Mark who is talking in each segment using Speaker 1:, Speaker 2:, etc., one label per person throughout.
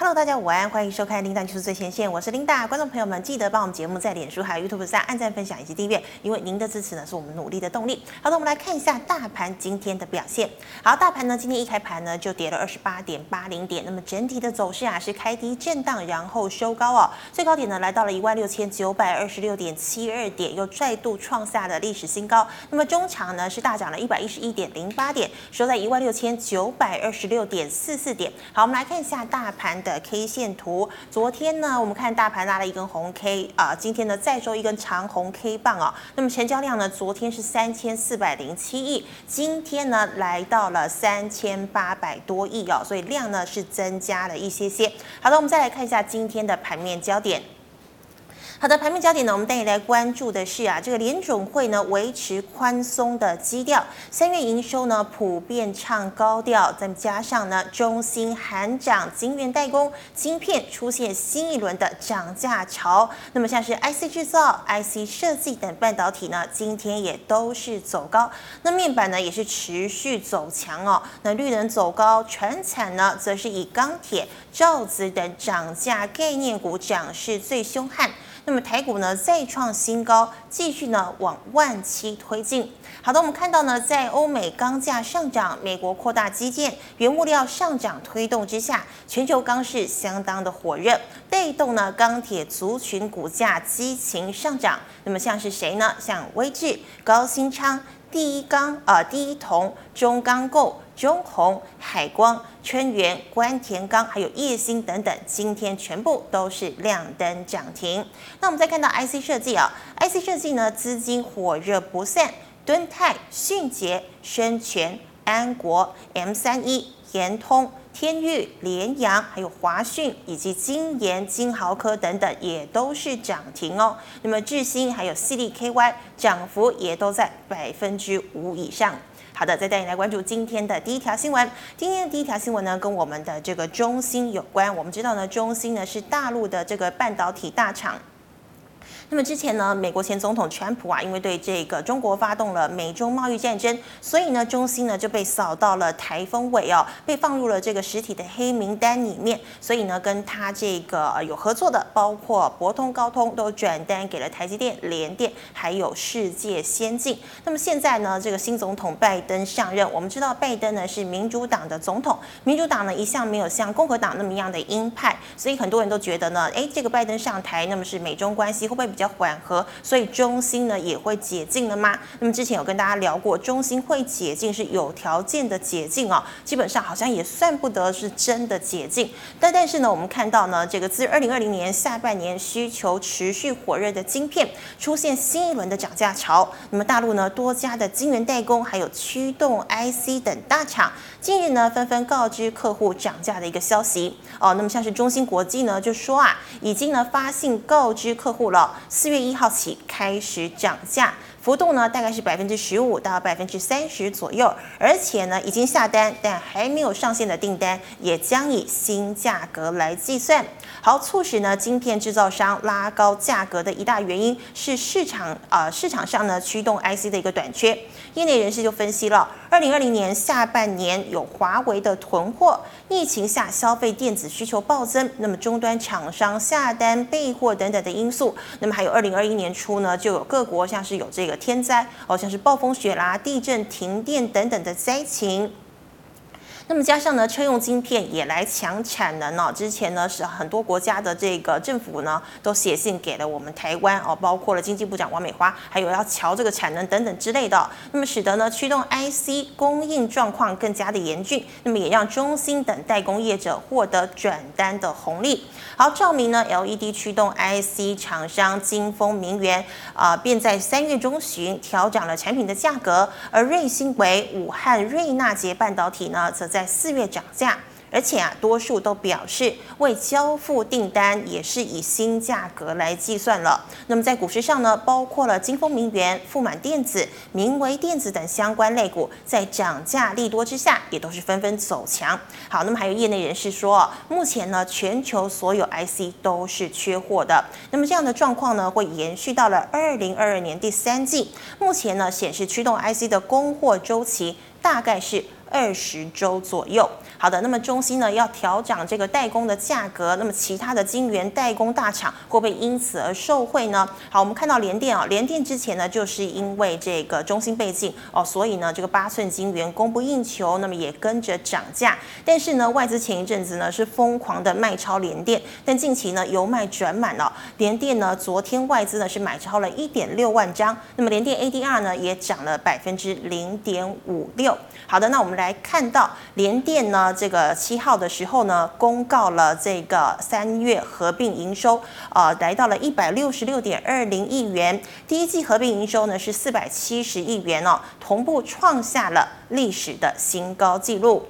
Speaker 1: Hello，大家午安，欢迎收看《琳达技术最前线》，我是琳达。观众朋友们，记得帮我们节目在脸书还有 YouTube 上按赞、分享以及订阅，因为您的支持呢是我们努力的动力。好的，我们来看一下大盘今天的表现。好，大盘呢今天一开盘呢就跌了二十八点八零点，那么整体的走势啊是开低震荡，然后收高哦，最高点呢来到了一万六千九百二十六点七二点，又再度创下了历史新高。那么中场呢是大涨了一百一十一点零八点，收在一万六千九百二十六点四四点。好，我们来看一下大盘的 K 线图。昨天呢，我们看大盘拉了一根红 K 啊、今天呢再收一根长红 K 棒哦。那么成交量呢，昨天是三千四百零七亿，今天呢来到了三千八百多亿哦，所以量呢是增加了一些些。好的，我们再来看一下今天的盘面焦点。好的，盘面焦点呢，我们带你来关注的是啊，这个联准会呢维持宽松的基调，三月营收呢普遍唱高调，再加上呢中芯含涨，晶圆代工、晶片出现新一轮的涨价潮，那么像是 IC 制造、IC 设计等半导体呢，今天也都是走高，那面板呢也是持续走强哦，那绿能走高，船产呢则是以钢铁、造纸等涨价概念股涨势最凶悍。那么台股呢再创新高，继续呢往万七推进。好的，我们看到呢，在欧美钢价上涨、美国扩大基建、原物料上涨推动之下，全球钢市相当的火热，带动呢钢铁族群股价激情上涨。那么像是谁呢？像威智、高新昌、第一钢、呃第一铜、中钢构。中红、海光、春源、关田钢，还有叶星等等，今天全部都是亮灯涨停。那我们再看到 IC 设计啊，IC 设计呢资金火热不散，敦泰、迅捷、深全、安国、M 三一、延通。天域、联阳、还有华讯以及金研、金豪科等等也都是涨停哦。那么智新还有系力 KY 涨幅也都在百分之五以上。好的，再带你来关注今天的第一条新闻。今天的第一条新闻呢，跟我们的这个中芯有关。我们知道呢，中芯呢是大陆的这个半导体大厂。那么之前呢，美国前总统川普啊，因为对这个中国发动了美中贸易战争，所以呢，中兴呢就被扫到了台风尾哦，被放入了这个实体的黑名单里面。所以呢，跟他这个呃有合作的，包括博通、高通都转单给了台积电、联电，还有世界先进。那么现在呢，这个新总统拜登上任，我们知道拜登呢是民主党的总统，民主党呢一向没有像共和党那么样的鹰派，所以很多人都觉得呢，诶，这个拜登上台，那么是美中关系会不会比较缓和？所以中兴呢也会解禁了吗？那么之前有跟大家聊过，中兴会解禁是有条件的解禁哦，基本上好像也算不得是真的解禁。但但是呢，我们看到呢，这个自二零二零年下半年需求持续火热的晶片出现新一轮的涨价潮，那么大陆呢多家的晶圆代工还有驱动 IC 等大厂近日呢纷纷告知客户涨价的一个消息哦。那么像是中芯国际呢就说啊，已经呢发信告知客户了，四月一号起开始涨价。幅度呢大概是百分之十五到百分之三十左右，而且呢已经下单但还没有上线的订单也将以新价格来计算。好，促使呢晶片制造商拉高价格的一大原因是市场呃市场上呢驱动 IC 的一个短缺。业内人士就分析了，二零二零年下半年有华为的囤货，疫情下消费电子需求暴增，那么终端厂商下单备货等等的因素，那么还有二零二一年初呢，就有各国像是有这个天灾，哦像是暴风雪啦、地震、停电等等的灾情。那么加上呢，车用晶片也来抢产能哦。之前呢，是很多国家的这个政府呢，都写信给了我们台湾哦，包括了经济部长王美花，还有要瞧这个产能等等之类的哦、那么使得呢，驱动 IC 供应状况更加的严峻，那么也让中芯等代工业者获得转单的红利。好，照明呢，LED 驱动 IC 厂商金丰明源啊、便在三月中旬调涨了产品的价格，而瑞芯为武汉瑞纳捷半导体呢，则在四月涨价。而且啊，多数都表示未交付订单也是以新价格来计算了。那么在股市上呢，包括了金丰明源、富满电子、明维电子等相关类股，在涨价利多之下，也都是纷纷走强。好，那么还有业内人士说哦，目前呢，全球所有 IC 都是缺货的。那么这样的状况呢，会延续到了二零二二年第三季。目前呢，显示驱动 IC 的供货周期大概是二十周左右。好的，那么中芯呢要调涨这个代工的价格，那么其他的晶圆代工大厂会不会因此而受惠呢？好，我们看到联电啊、联电之前呢就是因为这个中芯被禁哦，所以呢这个八寸晶圆供不应求，那么也跟着涨价。但是呢外资前一阵子呢是疯狂的卖超联电，但近期呢由卖转满了、联电呢昨天外资呢是买超了一点六万张，那么联电 ADR 呢也涨了百分之零点五六。好的，那我们来看到联电呢，这个七号的时候呢，公告了这个三月合并营收，呃，来到了一百六十六点二零亿元，第一季合并营收呢是四百七十亿元哦，同步创下了历史的新高纪录。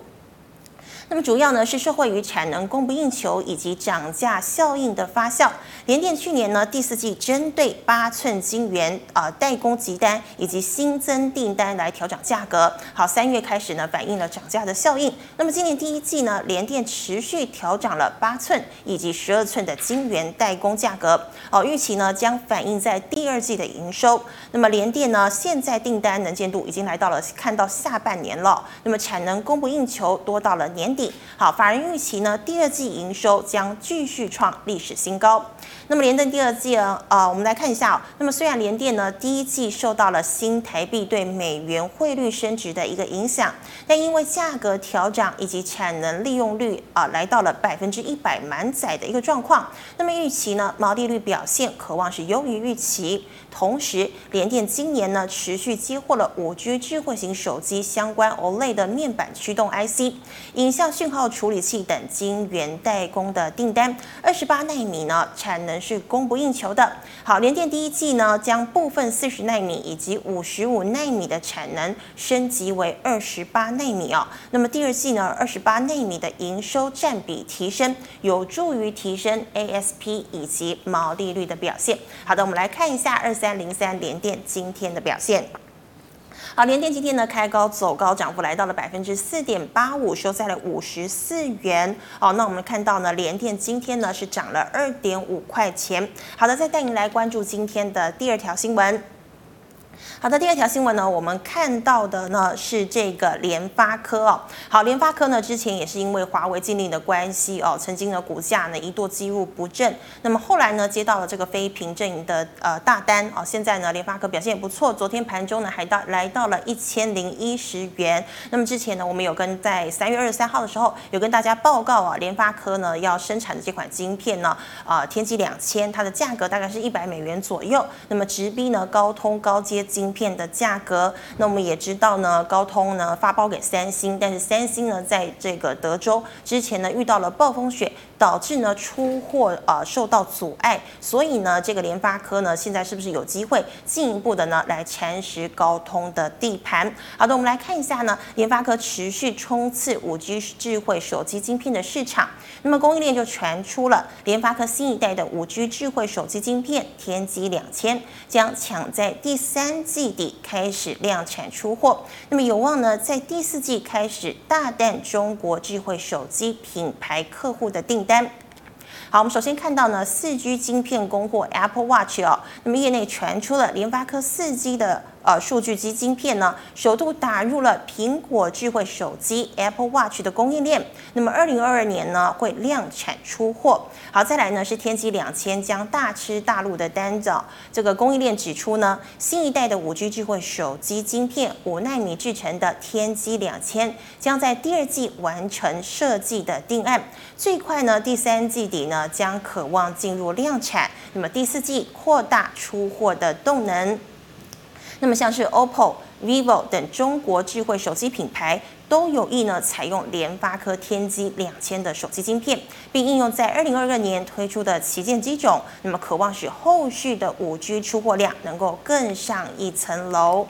Speaker 1: 那么主要呢是受惠于产能供不应求以及涨价效应的发酵。联电去年呢第四季针对八寸晶圆啊代工急单以及新增订单来调整价格。好，三月开始呢反映了涨价的效应。那么今年第一季呢，联电持续调涨了八寸以及十二寸的晶圆代工价格。哦，预期呢将反映在第二季的营收。那么联电呢现在订单能见度已经来到了看到下半年了。那么产能供不应求多到了年。好，法人预期呢，第二季营收将继续创历史新高。那么联电第二季呢，呃，我们来看一下哦。那么虽然联电呢第一季受到了新台币对美元汇率升值的一个影响，但因为价格调整以及产能利用率啊、呃、来到了百分之一百满载的一个状况，那么预期呢毛利率表现渴望是优于预期。同时，联电今年呢持续接获了 5G 智慧型手机相关 OLED 的面板驱动 IC、影像讯号处理器等晶圆代工的订单。二十八纳米呢产能是供不应求的。好，联电第一季呢将部分四十纳米以及五十五纳米的产能升级为二十八纳米哦。那么第二季呢，二十八纳米的营收占比提升，有助于提升 ASP 以及毛利率的表现。好的，我们来看一下二。三零三联电今天的表现。好，联电今天呢开高走高，涨幅来到了百分之四点八五，收在了五十四元。哦，那我们看到呢，联电今天呢是涨了二点五块钱。好的，再带您来关注今天的第二条新闻。好的，第二条新闻呢，我们看到的呢是这个联发科哦。好，联发科呢之前也是因为华为禁令的关系哦，曾经的股价呢一度几入不振。那么后来呢接到了这个非屏阵营的呃大单哦，现在呢联发科表现也不错，昨天盘中呢还到来到了一千零一十元。那么之前呢我们有跟在三月二十三号的时候有跟大家报告啊，联发科呢要生产的这款晶片呢啊、呃、天玑两千，它的价格大概是一百美元左右，那么直逼呢高通高阶晶。芯片的价格，那我们也知道呢，高通呢发包给三星，但是三星呢在这个德州之前呢遇到了暴风雪，导致呢出货呃受到阻碍，所以呢这个联发科呢现在是不是有机会进一步的呢来蚕食高通的地盘？好的，我们来看一下呢，联发科持续冲刺五 G 智慧手机晶片的市场，那么供应链就传出了联发科新一代的五 G 智慧手机晶片天玑两千将抢在第三。季底开始量产出货，那么有望呢在第四季开始大淡中国智慧手机品牌客户的订单。好，我们首先看到呢，四 G 晶片供货 Apple Watch 哦，那么业内传出了联发科四 G 的呃数据机晶片呢，首度打入了苹果智慧手机 Apple Watch 的供应链。那么二零二二年呢会量产出货。好，再来呢是天玑两千将大吃大陆的单子、哦。这个供应链指出呢，新一代的五 G 智慧手机晶片五纳米制成的天玑两千将在第二季完成设计的定案，最快呢第三季底呢。将渴望进入量产，那么第四季扩大出货的动能。那么像是 OPPO、vivo 等中国智慧手机品牌。都有意呢采用联发科天玑两千的手机晶片，并应用在二零二二年推出的旗舰机种，那么渴望使后续的五 G 出货量能够更上一层楼。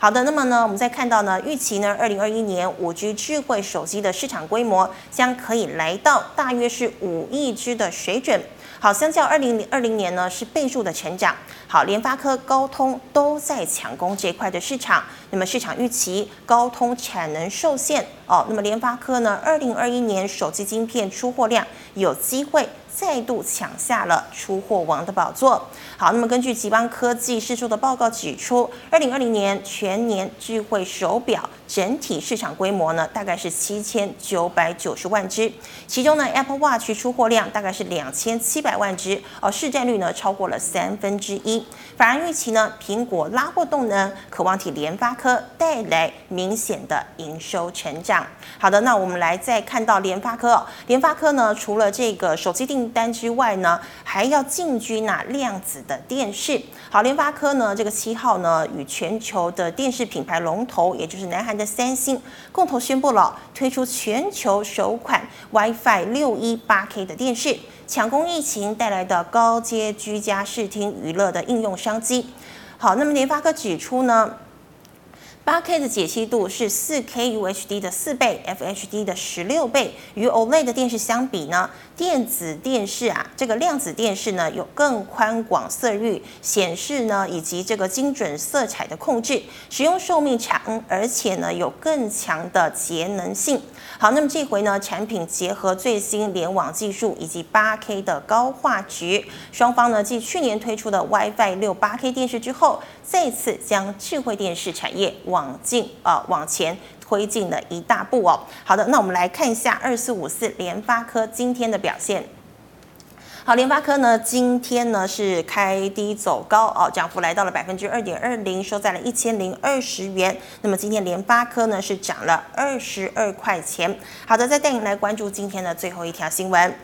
Speaker 1: 好的，那么呢，我们再看到呢，预期呢，二零二一年五 G 智慧手机的市场规模将可以来到大约是五亿只的水准。好，相较二零二零年呢，是倍数的成长。好，联发科、高通都在抢攻这块的市场。那么市场预期高通产能受限哦，那么联发科呢，二零二一年手机晶片出货量有机会。再度抢下了出货王的宝座。好，那么根据吉邦科技释出的报告指出，二零二零年全全年智慧手表整体市场规模呢，大概是七千九百九十万只，其中呢 Apple Watch 出货量大概是两千七百万只，哦，市占率呢超过了三分之一。反而预期呢，苹果拉货动能，渴望替联发科带来明显的营收成长。好的，那我们来再看到联发科、哦，联发科呢，除了这个手机订单之外呢，还要进军啊量子的电视。好，联发科呢，这个七号呢，与全球的电视品牌龙头，也就是南韩的三星，共同宣布了推出全球首款 WiFi 六一八 K 的电视。抢攻疫情带来的高阶居家视听娱乐的应用商机。好，那么联发科指出呢，八 K 的解析度是四 K UHD 的四倍，FHD 的十六倍。与 OLED 的电视相比呢，电子电视啊，这个量子电视呢有更宽广色域显示呢，以及这个精准色彩的控制，使用寿命长，而且呢有更强的节能性。好，那么这回呢，产品结合最新联网技术以及 8K 的高画质，双方呢继去年推出的 WiFi 六 8K 电视之后，再次将智慧电视产业往进呃往前推进了一大步哦。好的，那我们来看一下二四五四联发科今天的表现。好，联发科呢，今天呢是开低走高哦，涨幅来到了百分之二点二零，收在了一千零二十元。那么今天联发科呢是涨了二十二块钱。好的，再带您来关注今天的最后一条新闻。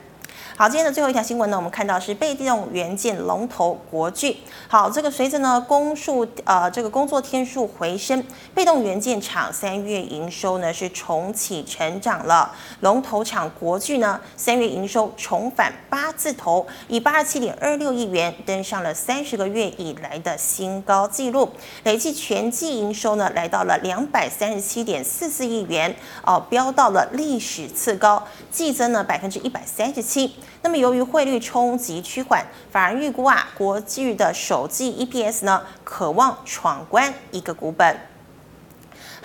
Speaker 1: 好，今天的最后一条新闻呢，我们看到是被动元件龙头国巨。好，这个随着呢工数呃这个工作天数回升，被动元件厂三月营收呢是重启成长了。龙头厂国巨呢三月营收重返八字头，以八十七点二六亿元登上了三十个月以来的新高纪录，累计全季营收呢来到了两百三十七点四四亿元，哦、呃，飙到了历史次高，季增呢百分之一百三十七。那么，由于汇率冲击趋缓，反而预估啊，国巨的首季 EPS 呢，渴望闯关一个股本。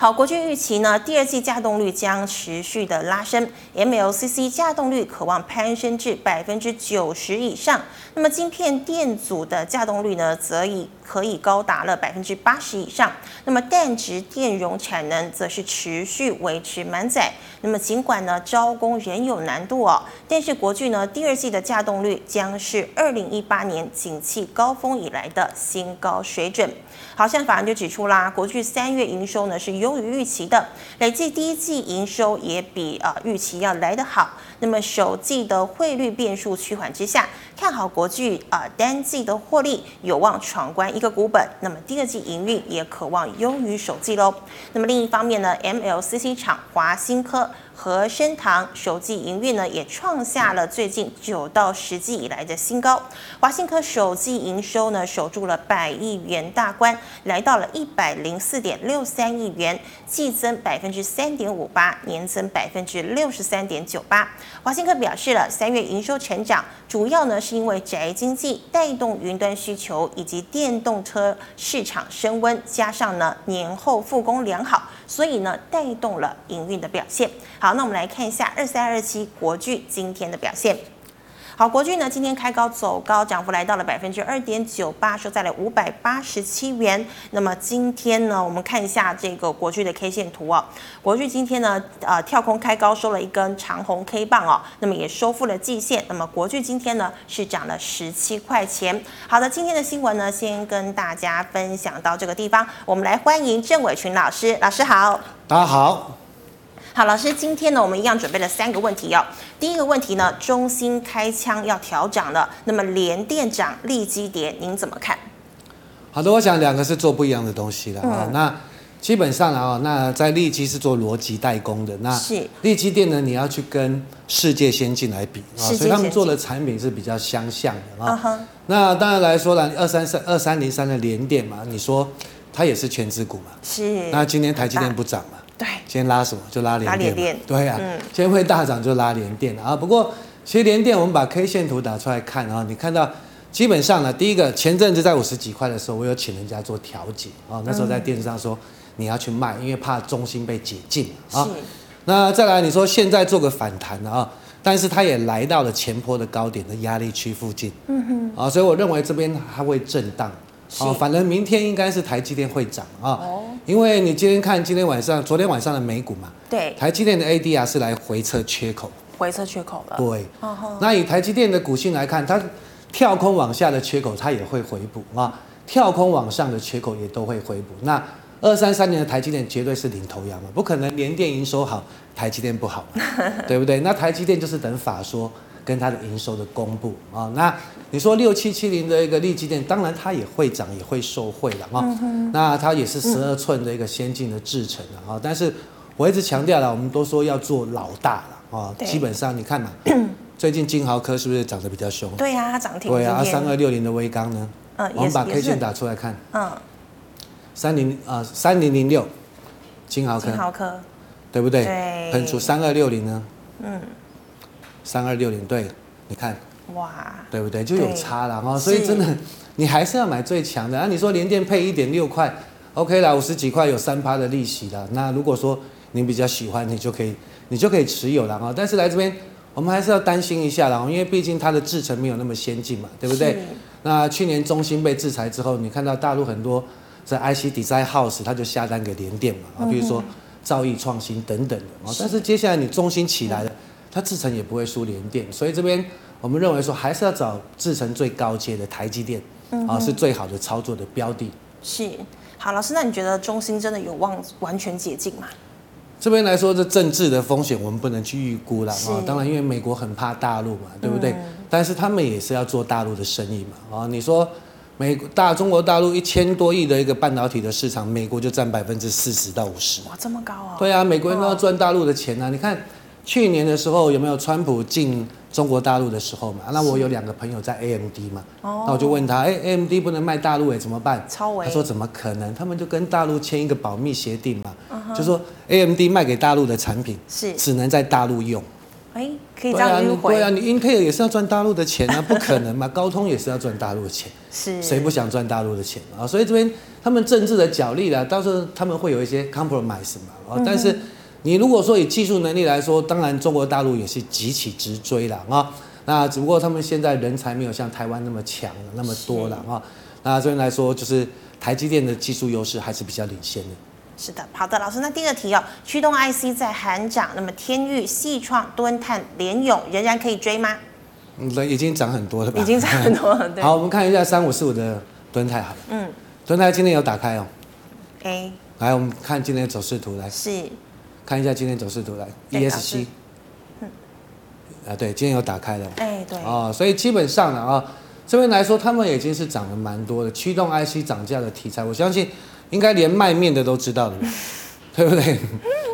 Speaker 1: 好，国巨预期呢，第二季稼动率将持续的拉升，MLCC 稼动率渴望攀升至百分之九十以上。那么，晶片电阻的稼动率呢，则以可以高达了百分之八十以上。那么，氮值电容产能则是持续维持满载。那么，尽管呢招工仍有难度哦，但是国巨呢第二季的稼动率将是二零一八年景气高峰以来的新高水准。好，像法人就指出啦，国巨三月营收呢是优于预期的，累计第一季营收也比啊、呃、预期要来得好。那么首季的汇率变数趋缓之下，看好国巨啊、呃、单季的获利有望闯关一个股本。那么第二季营运也渴望优于首季喽。那么另一方面呢，MLCC 厂华新科。和生堂首季营运呢也创下了最近九到十季以来的新高。华信科首季营收呢守住了百亿元大关，来到了一百零四点六三亿元，季增百分之三点五八，年增百分之六十三点九八。华信科表示了，三月营收成长主要呢是因为宅经济带动云端需求以及电动车市场升温，加上呢年后复工良好，所以呢带动了营运的表现。好。好，那我们来看一下二三二七国巨今天的表现。好，国巨呢今天开高走高，涨幅来到了百分之二点九八，收在了五百八十七元。那么今天呢，我们看一下这个国巨的 K 线图哦。国巨今天呢，呃，跳空开高收了一根长红 K 棒哦，那么也收复了季线。那么国巨今天呢是涨了十七块钱。好的，今天的新闻呢，先跟大家分享到这个地方。我们来欢迎郑伟群老师，老师好，
Speaker 2: 大家好。
Speaker 1: 好，老师，今天呢，我们一样准备了三个问题哦。第一个问题呢，中心开枪要调涨了，那么联电涨，利基跌，您怎么看？
Speaker 2: 好的，我想两个是做不一样的东西的啊、嗯。那基本上啊，那在利基是做逻辑代工的，那
Speaker 1: 是
Speaker 2: 利基电呢，你要去跟世界先进来比啊，所以他们做的产品是比较相像的啊、嗯。那当然来说了，二三三二三零三的联电嘛，你说它也是全资股嘛，
Speaker 1: 是。
Speaker 2: 那今天台积电不涨嘛？
Speaker 1: 对，
Speaker 2: 今天拉什么就拉
Speaker 1: 联电，
Speaker 2: 对啊，嗯，今天会大涨就拉联电啊。不过其实联电我们把 K 线图打出来看啊，你看到基本上呢，第一个前阵子在五十几块的时候，我有请人家做调节啊，那时候在电视上说你要去卖，因为怕中心被解禁啊。那再来你说现在做个反弹啊，但是它也来到了前坡的高点的压力区附近，嗯哼，啊，所以我认为这边它会震荡，
Speaker 1: 哦，
Speaker 2: 反正明天应该是台积电会涨啊。
Speaker 1: 哦
Speaker 2: 因为你今天看今天晚上、昨天晚上的美股嘛，
Speaker 1: 对，
Speaker 2: 台积电的 ADR 是来回测缺口，
Speaker 1: 回撤缺口了。
Speaker 2: 对。
Speaker 1: 哦吼，
Speaker 2: 那以台积电的股性来看，它跳空往下的缺口它也会回补啊，跳空往上的缺口也都会回补。那二三三年的台积电绝对是领头羊嘛，不可能联电营收好，台积电不好 嘛，对不对？那台积电就是等法说跟它的营收的公布啊。那你说六七七零的一个利基电，当然它也会涨，也会受惠了啊。
Speaker 1: 嗯
Speaker 2: 那它也是十二寸的一个先进的制程了啊，但是我一直强调了，我们都说要做老大了啊，
Speaker 1: 对
Speaker 2: 基本上你看嘛。最近金豪科是不是涨得比较凶？
Speaker 1: 对呀、它涨停
Speaker 2: 对啊，
Speaker 1: 今
Speaker 2: 三
Speaker 1: 天，
Speaker 2: 二六零的微钢呢？
Speaker 1: 嗯
Speaker 2: 我们把
Speaker 1: 也
Speaker 2: K
Speaker 1: 是
Speaker 2: 线打出来看，
Speaker 1: 嗯，
Speaker 2: 三零啊三零零六，金豪科
Speaker 1: 金豪科，
Speaker 2: 对不对？
Speaker 1: 对
Speaker 2: 喷出三二六零呢？嗯，三二六零对，你看
Speaker 1: 哇，
Speaker 2: 对不对？就有
Speaker 1: 对
Speaker 2: 差了哈，
Speaker 1: 是
Speaker 2: 所以真的你还是要买最强的啊。你说联电配一点六块，OK 啦，五十几块有三趴的利息啦。那如果说你比较喜欢，你就可以你就可以持有了哈。但是来这边我们还是要担心一下啦，因为毕竟它的制程没有那么先进嘛，对不对
Speaker 1: 是？
Speaker 2: 那去年中兴被制裁之后，你看到大陆很多在 IC design house，它就下单给联电嘛，啊，比如说兆易创新等等的啊。但是接下来你中兴起来了，它制程也不会输联电，所以这边我们认为说还是要找制程最高阶的台积电啊，是最好的操作的标的。
Speaker 1: 是。好，老师，那你觉得中心真的有望完全解禁吗？
Speaker 2: 这边来说，这政治的风险我们不能去预估了
Speaker 1: 是嗯
Speaker 2: 啊。当然，因为美国很怕大陆嘛，对不对？但是他们也是要做大陆的生意嘛。啊，你说美国大中国大陆一千多亿的一个半导体的市场，美国就占百分之四十到五十。
Speaker 1: 哇，这么高啊！
Speaker 2: 对啊，美国人都要赚大陆的钱
Speaker 1: 哦
Speaker 2: 啊。你看去年的时候有没有川普进中国大陆的时候嘛？那我有两个朋友在 AMD 嘛，
Speaker 1: 哦
Speaker 2: 那我就问他，哎、a m d 不能卖大陆哎、怎么办？
Speaker 1: 超微
Speaker 2: 他说怎么可能？他们就跟大陆签一个保密协定嘛，就说 AMD 卖给大陆的产品
Speaker 1: 嗯是
Speaker 2: 只能在大陆用。
Speaker 1: 哎，可以
Speaker 2: 对
Speaker 1: 这
Speaker 2: 啊，
Speaker 1: 样
Speaker 2: 你
Speaker 1: 迂回，
Speaker 2: 对啊，你 Intel 也是要赚大陆的钱啊，不可能嘛， 高通也是要赚大陆的钱。
Speaker 1: 是
Speaker 2: 谁不想赚大陆的钱啊？所以这边他们政治的角力啦，到时候他们会有一些 compromise 嘛
Speaker 1: 嗯
Speaker 2: 啊。但是你如果说以技术能力来说，当然中国大陆也是急起直追啦啊。那只不过他们现在人才没有像台湾那么强了那么多了啊。那这边来说，就是台积电的技术优势还是比较领先的。
Speaker 1: 是的，好的，老师，那第二题哦，驱动 IC 在韩涨，那么天域、细创、敦泰、联咏仍然可以追吗？
Speaker 2: 嗯，已经涨很多了吧？
Speaker 1: 已经差 很多了，对，
Speaker 2: 好，我们看一下三五四五的敦泰好了。
Speaker 1: 嗯，
Speaker 2: 敦泰今天有打开哦。
Speaker 1: 哎，
Speaker 2: 来，我们看今天的走势图，来
Speaker 1: 是
Speaker 2: 看一下今天的走势图，来
Speaker 1: 对
Speaker 2: E
Speaker 1: 老
Speaker 2: S
Speaker 1: 师
Speaker 2: C，啊，对，今天有打开的
Speaker 1: 哎，对，
Speaker 2: 哦，所以基本上呢啊、这边来说他们已经是涨了蛮多的，驱动 I C 涨价的题材，我相信应该连卖面的都知道了吧，对不对？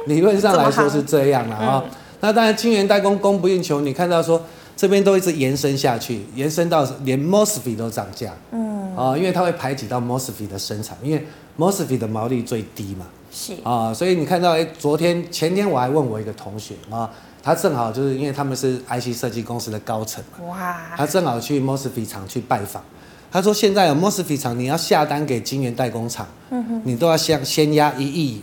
Speaker 2: 理论上来说是这样了啊、那当然，晶圆代工供不应求，你看到说这边都一直延伸下去，延伸到连 MOSFET 都涨价，嗯，啊、因为它会排挤到 MOSFET 的生产，因为 MOSFET 的毛利最低嘛，
Speaker 1: 是
Speaker 2: 啊、所以你看到，哎、昨天前天我还问我一个同学啊、他正好就是因为他们是 IC 设计公司的高层嘛，
Speaker 1: 哇，
Speaker 2: 他正好去 MOSFET 厂去拜访，他说现在有啊 MOSFET 厂，你要下单给晶圆代工厂，你都要先先压一亿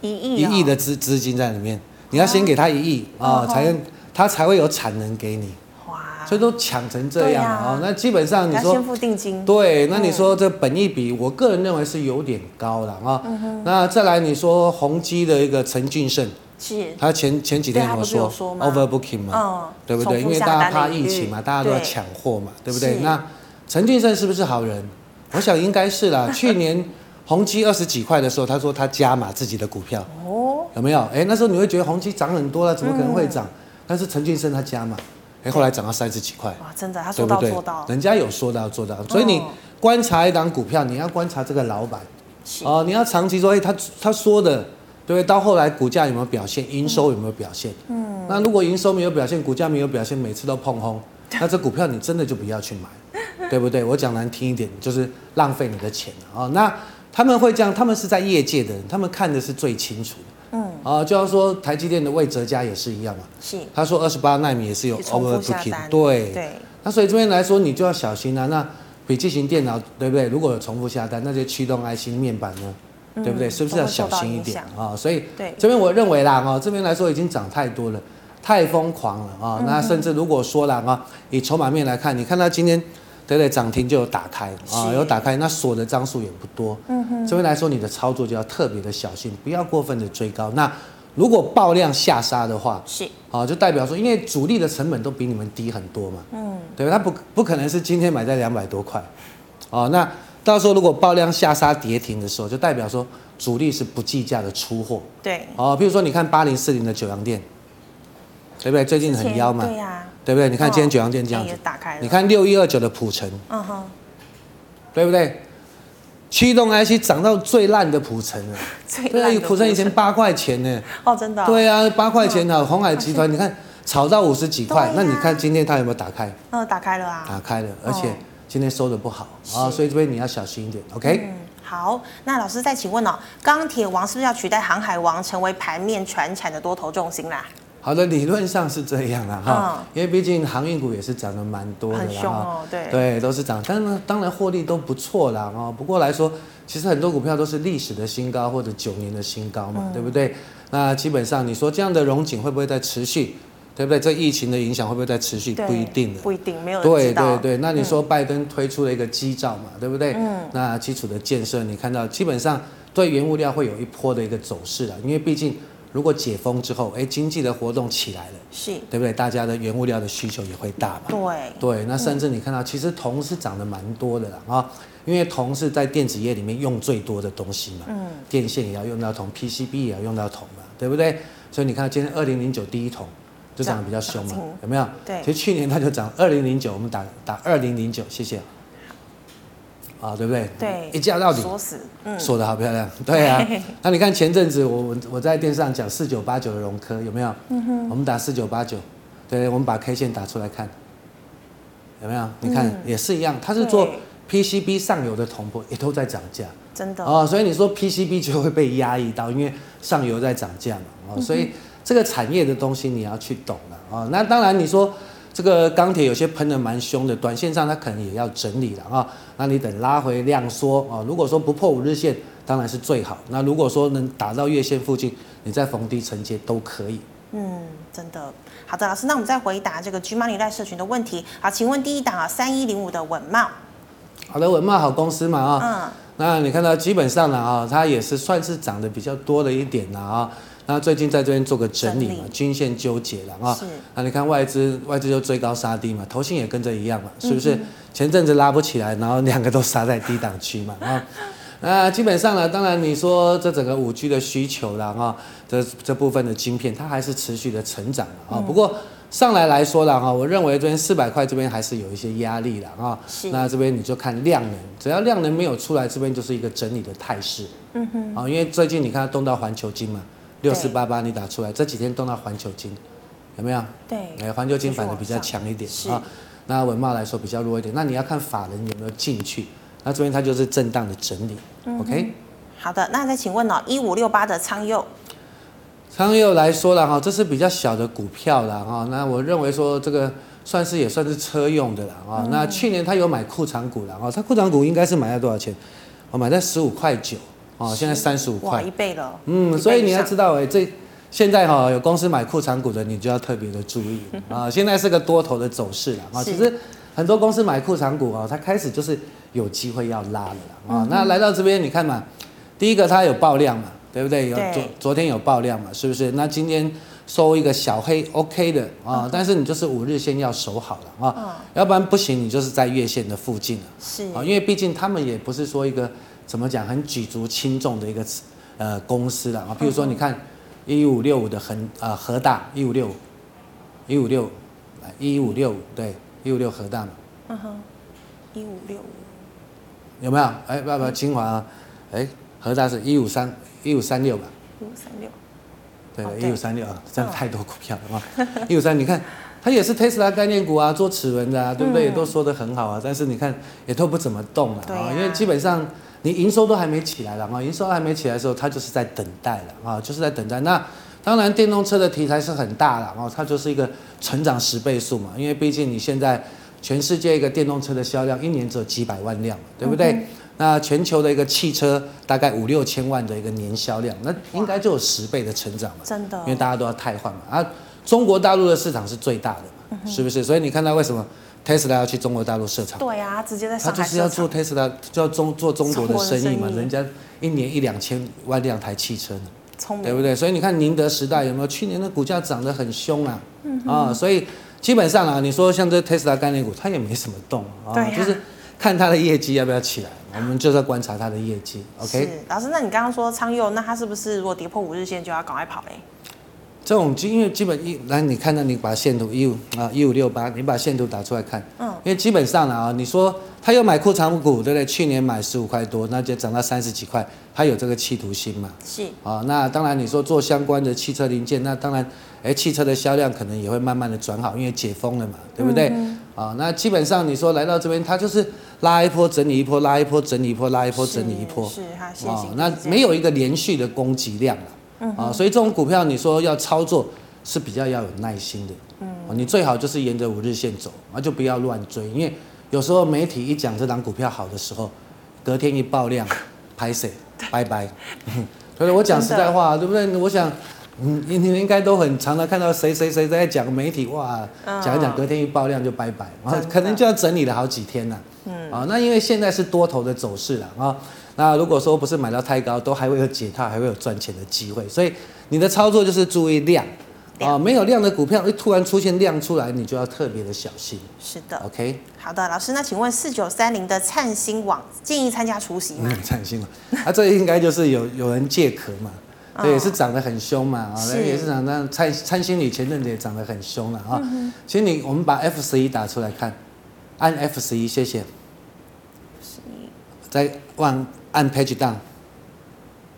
Speaker 1: 一亿
Speaker 2: 一
Speaker 1: 哦
Speaker 2: 亿的资资金在里面，你要先给他一亿啊，
Speaker 1: 哦
Speaker 2: 才能他才会有产能给你，
Speaker 1: 哇，
Speaker 2: 所以都抢成这样了
Speaker 1: 对
Speaker 2: 啊、
Speaker 1: 啊
Speaker 2: 那基本上你
Speaker 1: 要
Speaker 2: 说
Speaker 1: 先付嗯定金，
Speaker 2: 对，那你说这本益比，我个人认为是有点高了啊。
Speaker 1: 嗯
Speaker 2: 那再来你说宏基的一个陈俊胜，
Speaker 1: 是，
Speaker 2: 他前前几天
Speaker 1: 对他
Speaker 2: 跟我
Speaker 1: 不是有
Speaker 2: 说
Speaker 1: 说吗
Speaker 2: overbooking 嘛，
Speaker 1: 嗯，
Speaker 2: 对不对？因
Speaker 1: 重复
Speaker 2: 为
Speaker 1: 下
Speaker 2: 大家
Speaker 1: 单的
Speaker 2: 怕
Speaker 1: 疑
Speaker 2: 疫
Speaker 1: 虑
Speaker 2: 情嘛，大家都要
Speaker 1: 对
Speaker 2: 抢货嘛，对不对
Speaker 1: 是？
Speaker 2: 那陈俊胜是不是好人？我想应该是 啦。去年宏基二十几块的时候，他说他加码自己的股票，
Speaker 1: 哦，嗯
Speaker 2: 有没有？哎，那时候你会觉得宏基涨很多了，怎么可能会涨？但是陈俊胜他加码，哎，后来涨到三十几块。
Speaker 1: 哇，真的，他
Speaker 2: 对
Speaker 1: 说
Speaker 2: 不
Speaker 1: 到
Speaker 2: 对？
Speaker 1: 做到，嗯
Speaker 2: 人家有说到做到，所以你观察一档股票，你要观察这个老板
Speaker 1: 是
Speaker 2: 哦、你要长期说，哎、他他说的，对不对？到后来股价有没有表现，营收有没有表现？嗯，那如果营收没有表现，股价没有表现，每次都碰 轰，那这股票你真的就不要去买，对不对？我讲难听一点，就是浪费你的钱啊、哦那他们会这样，他们是在业界的人，他们看的是最清楚的。嗯，啊、就像说台积电的魏哲家也是一样嘛，
Speaker 1: 是
Speaker 2: 他说二十八纳米也是有
Speaker 1: 重复下
Speaker 2: overbooking，
Speaker 1: 单，
Speaker 2: 对，
Speaker 1: 对，
Speaker 2: 那所以这边来说，你就要小心啦、那笔记型电脑对不对？如果有重复下单，那些驱动 IC 面板呢，对不对？是不是要小心一点
Speaker 1: 嗯都会
Speaker 2: 啊、所以
Speaker 1: 对
Speaker 2: 这边我认为啦，哦，这边来说已经涨太多了，哦
Speaker 1: 嗯
Speaker 2: 太疯狂了啊、那甚至如果说啦，啊，以筹码面来看，你看它今天对不对？涨停就有打开啊，
Speaker 1: 是
Speaker 2: 有打开，那锁的张数也不多。嗯哼，这边来说，你的操作就要特别的小心，不要过分的追高。那如果爆量下杀的话，
Speaker 1: 是
Speaker 2: 啊，就代表说，因为主力的成本都比你们低很多嘛，嗯，对，它不不可能是今天买在两百多块，哦，那到时候如果爆量下杀跌停的时候，就代表说主力是不计价的出货，
Speaker 1: 对，
Speaker 2: 哦，比如说你看八零四零的九阳店，对不对？最近很妖嘛，
Speaker 1: 对呀，
Speaker 2: 对不对？你看今天
Speaker 1: 哦
Speaker 2: 九阳店这样
Speaker 1: 哎
Speaker 2: 子
Speaker 1: 也，打开了，
Speaker 2: 你，看六一二九的普城，
Speaker 1: 嗯哼，
Speaker 2: 对不对？驱动 IC 涨到最烂的普城了，
Speaker 1: 最烂
Speaker 2: 对啊
Speaker 1: 的，
Speaker 2: 普城以前
Speaker 1: 部
Speaker 2: 八块钱呢。
Speaker 1: 分哦，真的哦，
Speaker 2: 对啊，八块钱啊，红海集 团，你看炒到五十几块，
Speaker 1: 嗯对啊
Speaker 2: 那你看今天它有没有打开？
Speaker 1: 嗯，打开了啊，
Speaker 2: 打开了，而且今天收的不好啊，
Speaker 1: 是
Speaker 2: 所以这边你要小心一点，OK？
Speaker 1: 嗯，好，那老师再请问哦，钢铁王是不是要取代航海王成为盘面船产的多头重心啊啦？
Speaker 2: 好的，理论上是这样啦哈
Speaker 1: 嗯，
Speaker 2: 因为毕竟航运股也是涨得蛮多的
Speaker 1: 很
Speaker 2: 啦
Speaker 1: 凶
Speaker 2: 哈，
Speaker 1: 哦，对，
Speaker 2: 对，都是涨，但是当然获利都不错啦哦。不过来说，其实很多股票都是历史的新高或者九年的新高
Speaker 1: 嗯
Speaker 2: 嘛，对不对？那基本上你说这样的融景会不会再持续？对不对？这疫情的影响会不会再持续？
Speaker 1: 对
Speaker 2: 不一定的。
Speaker 1: 不一定，没有人
Speaker 2: 对
Speaker 1: 呃知道嗯
Speaker 2: 对，对，那你说拜登推出了一个基兆嘛，对不对？嗯，那基础的建设，你看到基本上对原物料会有一波的一个走势了，因为毕竟如果解封之后，哎，经济的活动起来了，
Speaker 1: 是，
Speaker 2: 对不对？大家的原物料的需求也会大嘛。
Speaker 1: 对，
Speaker 2: 对，那甚至你看到，其实铜是涨得蛮多的啦啊，因为铜是在电子业里面用最多的东西嘛，嗯，电线也要用到铜，PCB 也要用到铜嘛，对不对？所以你看今天二零零九第一铜就涨得比较凶嘛
Speaker 1: 涨停，
Speaker 2: 有没有？
Speaker 1: 对
Speaker 2: 其实去年它就涨二零零九，我们打打二零零九，谢谢。啊，对不对？
Speaker 1: 对
Speaker 2: 一价到底，
Speaker 1: 锁死，嗯，
Speaker 2: 说的好漂亮，对啊。那你看前阵子我我我在电视上讲四九八九的融科有没有？我们打四九八九，对，我们把 K 线打出来看，有没有？你看、也是一样，它是做 PCB 上游的铜箔也都在涨价
Speaker 1: 真的，
Speaker 2: 哦，所以你说 PCB 就会被压抑到，因为上游在涨价嘛，
Speaker 1: 嗯
Speaker 2: 哦，所以这个产业的东西你要去懂了哦。那当然你说。这个钢铁有些喷的蛮凶的，短线上它可能也要整理了啊、那你等拉回量缩啊、如果说不破五日线，当然是最好。那如果说能打到月线附近，你再逢低承接都可以。
Speaker 1: 嗯，真的。好的，老师，那我们再回答这个 G Money 赖社群的问题。好，请问第一档啊，三一零五的稳茂，
Speaker 2: 好的，文茂好公司嘛啊、
Speaker 1: 嗯，
Speaker 2: 那你看到基本上呢啊、它也是算是涨得比较多了一点了啊、那最近在这边做个整理嘛
Speaker 1: 整理，
Speaker 2: 均线纠结了啊、
Speaker 1: 是
Speaker 2: 那你看外资，外资就追高杀低嘛，投信也跟着一样嘛，
Speaker 1: 嗯
Speaker 2: 是不是？前阵子拉不起来，然后两个都杀在低档区嘛 啊。那基本上呢，当然你说这整个五 G 的需求啦，哈，这这部分的晶片，它还是持续的成长啊。
Speaker 1: 嗯
Speaker 2: 不过上来来说啦，哈，啊我认为这边四百块这边还是有一些压力啦，啊。
Speaker 1: 是
Speaker 2: 那这边你就看量能，只要量能没有出来，这边就是一个整理的态势。嗯哼。啊，因为最近你看它动到环球金嘛，
Speaker 1: 对
Speaker 2: 六四八八你打出来，这几天动到环球金，有没有？
Speaker 1: 对，
Speaker 2: 哎，环球金反而比较强一点
Speaker 1: 是
Speaker 2: 啊。那文茂来说比较弱一点，那你要看法人有没有进去。那这边它就是震荡的整理、o
Speaker 1: 嗯
Speaker 2: k
Speaker 1: 好的，那再请问哦，一五六八的苍佑，
Speaker 2: 长佑来说了哈，这是比较小的股票啦哈。那我认为说这个算是也算是车用的啦啊。那去年他有买库藏股啦哈，他库藏股应该是买在多少钱？我买在十五块九哦，现在三十五
Speaker 1: 哇，
Speaker 2: 块
Speaker 1: 一。倍了，一
Speaker 2: 嗯，
Speaker 1: 倍
Speaker 2: 所以你要
Speaker 1: 上
Speaker 2: 知道哎、这现在哈、有公司买库藏股的，你就要特别的注 意啊。现在是个多头的走势了啊。
Speaker 1: 是
Speaker 2: 其实很多公司买库藏股啊，它开始就是有机会要拉了啦
Speaker 1: 嗯
Speaker 2: 啊。那来到这边，你看嘛，第一个它有爆量嘛，对不对？有
Speaker 1: 对
Speaker 2: 昨昨天有爆量嘛，是不是？那今天收一个小黑，OK 的
Speaker 1: 嗯
Speaker 2: 啊，但是你就是五日线要守好了啊，要不然不行，你就是在月线的附近了。
Speaker 1: 是
Speaker 2: 啊，因为毕竟他们也不是说一个怎么讲很举足轻重的一个呃公司了啊。譬如说，你看一五六五的恒呃恒大一五六五一五六一五六五对一五六恒大嘛，
Speaker 1: 嗯一五六五，
Speaker 2: 有没有？哎，不不，清华啊，哎，恒大是一五三一五三六吧？
Speaker 1: 一五三六，
Speaker 2: 对
Speaker 1: 哦，
Speaker 2: 一
Speaker 1: 对
Speaker 2: 五三六啊，真的太多股票了啊！ 一五三，你看它也是 Tesla 概念股啊，做齿轮
Speaker 1: 嗯
Speaker 2: 的啊，对不对？也都说得很好啊，但是你看也都不怎么动了
Speaker 1: 对啊
Speaker 2: 因为基本上你营收都还没起来了啊，营收还没起来的时候，它就是在等待了啊，就是在等待。那当然，电动车的题材是很大了哦，它就是一个成长十倍数嘛，因为毕竟你现在全世界一个电动车的销量一年只有几百万辆嘛，对不
Speaker 1: 嗯
Speaker 2: 对？那全球的一个汽车大概五六千万的一个年销量，那应该就有十倍的成长嘛。
Speaker 1: 真的嗯
Speaker 2: 因为大家都要汰换嘛。啊，中国大陆的市场是最大的嘛，是不是？所以你看到为什么 Tesla 要去中国大陆设厂，
Speaker 1: 对啊，直接在
Speaker 2: 他
Speaker 1: 上
Speaker 2: 就
Speaker 1: 海
Speaker 2: 是要
Speaker 1: 市
Speaker 2: 做
Speaker 1: 场。
Speaker 2: Tesla，就要中做中国的生意嘛
Speaker 1: 中国的生，意
Speaker 2: 人家一年一两千万辆台汽车呢，
Speaker 1: 聪
Speaker 2: 对
Speaker 1: 明，
Speaker 2: 不对？所以你看宁德时代有没有？去年的股价涨得很凶啊，
Speaker 1: 嗯
Speaker 2: 啊，所以基本上啊，你说像这 Tesla 概念股，它也没什么动啊，
Speaker 1: 对啊
Speaker 2: 就是看它的业绩要不要起来，我们就是要观察它的业绩，OK？
Speaker 1: 是老师，那你刚刚说昌佑，那他是不是如果跌破五日线就要赶快跑欸嘞？
Speaker 2: 这种基因为基本一来，你看到你把线图一五啊一五六八，你把线图打出来看，
Speaker 1: 嗯，
Speaker 2: 因为基本上啊，你说他又买库藏股，对不对？去年买十五块多，那就涨到三十几块，他有这个企图心嘛？
Speaker 1: 是，
Speaker 2: 啊，那当然你说做相关的汽车零件，那当然，哎，汽车的销量可能也会慢慢的转好，因为解封了嘛，对不对？啊，那基本上你说来到这边，它就是拉一波整理一波，拉一波整理一波，拉一波整理一波，
Speaker 1: 是是它线
Speaker 2: 啊，
Speaker 1: 性、
Speaker 2: 那没有一个连续的供给量了，啊，所以这种股票你说要操作是比较要有耐心的，嗯，你最好就是沿着五日线走，啊，就不要乱追，因为有时候媒体一讲这档股票好的时候，隔天一爆量， 拍谁，拜拜， 所以我讲实在话，对不对？我想。嗯，你你们应该都很常常看到谁谁谁在讲媒体哇，
Speaker 1: 嗯
Speaker 2: 讲一讲，隔天一爆量就拜拜，啊
Speaker 1: 真的
Speaker 2: 可能就要整理了好几天了。嗯，啊，那因为现在是多头的走势了啊，那如果说不是买到太高，都还会有解套，还会有赚钱的机会，所以你的操作就是注意量啊，没有量的股票，一突然出现量出来，你就要特别的小心。
Speaker 1: 是的。
Speaker 2: OK，
Speaker 1: 好的，老师，那请问四九三零的灿星网建议参加除夕吗
Speaker 2: 嗯？，崭新了，啊，这应该就是有有人借壳嘛。对，
Speaker 1: 哦
Speaker 2: 也是涨得很凶嘛，啊，
Speaker 1: 是
Speaker 2: 也是涨得蔡蔡心理前阵子也涨得很凶了
Speaker 1: 嗯
Speaker 2: 啊。其实你我们把 F 十一打出来看，按 F 十一，谢谢。嗯再往按 page down，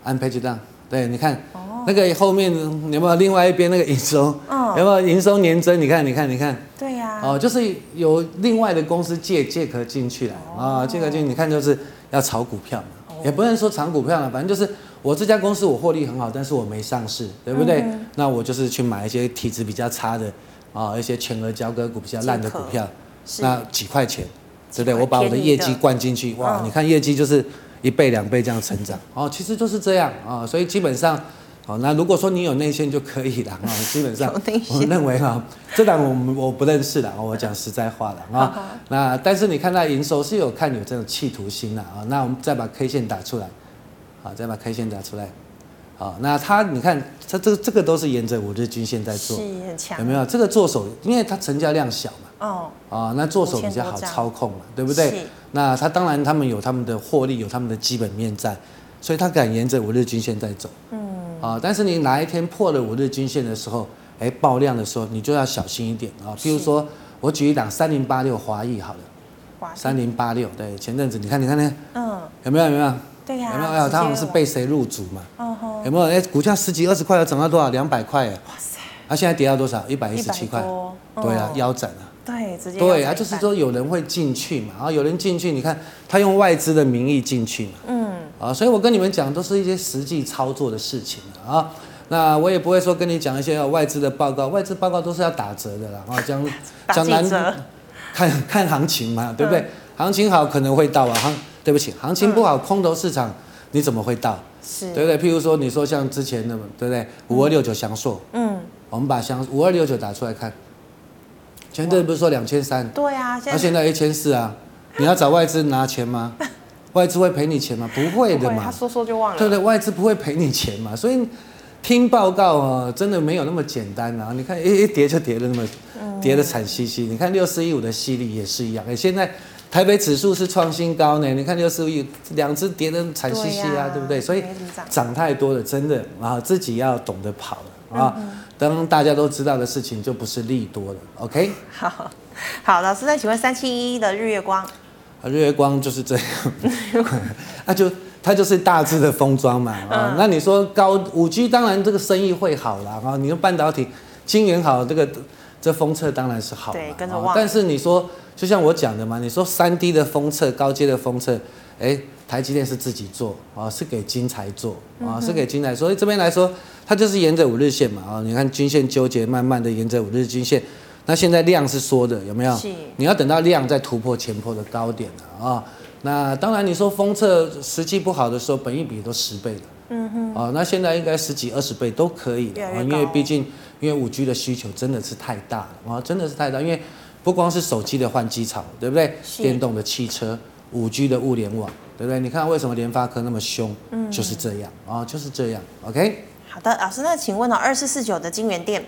Speaker 2: 按 page down，对，你看、
Speaker 1: 哦
Speaker 2: 那个后面有没有另外一边那个营收？
Speaker 1: 嗯
Speaker 2: 有没有营收年增？你看，你看，你看，
Speaker 1: 对啊呀、
Speaker 2: 哦，就是有另外的公司借借壳进去了啊，借壳进去，你看就是要炒股票嘛，也不能说炒股票了，反正就是我这家公司我获利很好，但是我没上市，对不对？那我就是去买一些体质比较差的啊，一些全额交割股比较烂的股票，
Speaker 1: 是
Speaker 2: 那几块钱，对不对？
Speaker 1: 几块
Speaker 2: 我把我的
Speaker 1: 便宜
Speaker 2: 业绩
Speaker 1: 的
Speaker 2: 灌进去，哇，
Speaker 1: 嗯
Speaker 2: 你看业绩就是一倍两倍这样成长，哦，其实就是这样啊，所以基本上。好，那如果说你有内线就可以 了啊，基本上
Speaker 1: 有内
Speaker 2: 我们认为哈，这档我们我不认识了，我讲实在话了啊。那但是你看它营收是有看有这种企图心的啊，那我们再把 K 线打出来，好，再把 K 线打出来，好，那它你看它这这个都是沿着五日均线在
Speaker 1: 是
Speaker 2: 做，
Speaker 1: 很
Speaker 2: 有
Speaker 1: 强
Speaker 2: 没有？这个做手，因为它成交量小嘛，
Speaker 1: 哦，
Speaker 2: 啊，那做手比较
Speaker 1: 五
Speaker 2: 好
Speaker 1: 千多张
Speaker 2: 操控嘛，对不对
Speaker 1: 是？
Speaker 2: 那他当然他们有他们的获利，有他们的基本面在，所以他敢沿着五日均线在走。嗯。啊，但是你哪一天破了五日均线的时候，哎，爆量的时候，你就要小心一点啊。譬如
Speaker 1: 是
Speaker 2: 说，我举一档三零八六华谊好了，
Speaker 1: 哇，
Speaker 2: 三零八六，对，前阵子你看，你看呢，
Speaker 1: 嗯，
Speaker 2: 有没有？有没有？
Speaker 1: 对呀、
Speaker 2: 有没有？哎呦
Speaker 1: 直接哦
Speaker 2: 他好像是
Speaker 1: 往，
Speaker 2: 被谁入主嘛？
Speaker 1: 嗯哼，
Speaker 2: 有没有？哎，股价十几二十块，涨到多少？两百块哎。
Speaker 1: 哇塞，
Speaker 2: 它现在跌到多少？一百一十七
Speaker 1: 100
Speaker 2: 块。
Speaker 1: 多，
Speaker 2: 对啊，
Speaker 1: 嗯
Speaker 2: 腰斩啊。
Speaker 1: 对，直接
Speaker 2: 对
Speaker 1: 要
Speaker 2: 啊，
Speaker 1: 再
Speaker 2: 就是
Speaker 1: 办，
Speaker 2: 说有人会进去嘛，啊，有人进去，你看他用外资的名义进去嘛，
Speaker 1: 嗯，
Speaker 2: 啊，所以我跟你们讲都是一些实际操作的事情啊。那我也不会说跟你讲一些呃外资的报告，外资报告都是要打折 的啦，啊，讲
Speaker 1: 打
Speaker 2: 讲
Speaker 1: 几
Speaker 2: 难
Speaker 1: 折，嗯
Speaker 2: 看看行情嘛，对不对？行情好可能会到啊，行对不起，行情不好，空头市场你怎么会到？对
Speaker 1: 是，
Speaker 2: 不对？譬如说你说像之前的嘛，对不对？五二六九翔硕，
Speaker 1: 嗯，
Speaker 2: 我们把翔五二六九打出来看，前阵子不是说两千三？
Speaker 1: 对啊，现
Speaker 2: 他
Speaker 1: 在
Speaker 2: 现在一千四啊，你要找外资拿钱吗？外资会赔你钱吗？不会的
Speaker 1: 不会
Speaker 2: 嘛
Speaker 1: 他，说说就忘
Speaker 2: 对不
Speaker 1: 了，
Speaker 2: 对？外资不会赔你钱嘛，所以听报告啊，真的没有那么简单啊。你看一一跌就跌的那么，
Speaker 1: 嗯
Speaker 2: 跌的惨兮兮。你看六四一五的犀利也是一样，哎，现在台北指数是创新高呢，你看六四一两只跌的惨兮兮
Speaker 1: 对
Speaker 2: 啊
Speaker 1: 呀，
Speaker 2: 对不对？所以
Speaker 1: 没怎么涨
Speaker 2: 涨太多了，真的啊，自己要懂得跑了啊。
Speaker 1: 嗯
Speaker 2: 当大家都知道的事情，就不是利多了，OK？
Speaker 1: 好，好，老师，那请问三七一的日月光，
Speaker 2: 啊，日月光就是这样， 那就它就是大致的封装嘛
Speaker 1: 嗯
Speaker 2: 啊。那你说高五 G，当然这个生意会好啦啊。你说半导体晶圆好，这个这封测当然是好嘛，
Speaker 1: 对跟着
Speaker 2: 啊
Speaker 1: 旺
Speaker 2: 但是你说，就像我讲的嘛，你说三 D 的封测、高阶的封测，哎、台积电是自己做啊，是给金材做
Speaker 1: 嗯
Speaker 2: 啊，是给金材做。所以这边来说，它就是沿着五日线嘛啊，你看均线纠结，慢慢的沿着五日均线。那现在量是缩的，有没有？
Speaker 1: 是
Speaker 2: 你要等到量再突破前坡的高点了啊、那当然，你说封测实际不好的时候，本益比都十倍了。嗯哼。哦，那现在应该十几、二十倍都可以了，
Speaker 1: 越来越高
Speaker 2: 啊因为毕竟因为五 G 哦的需求真的是太大了啊、真的是太大，因为不光是手机的换机潮，对不对？
Speaker 1: 是
Speaker 2: 电动的汽车，五 G 的物联网，对不对？你看为什么联发科那么凶？嗯，就是这样啊、就是这样。OK，
Speaker 1: 好的，老师，那请问哦，二四四九的金源店，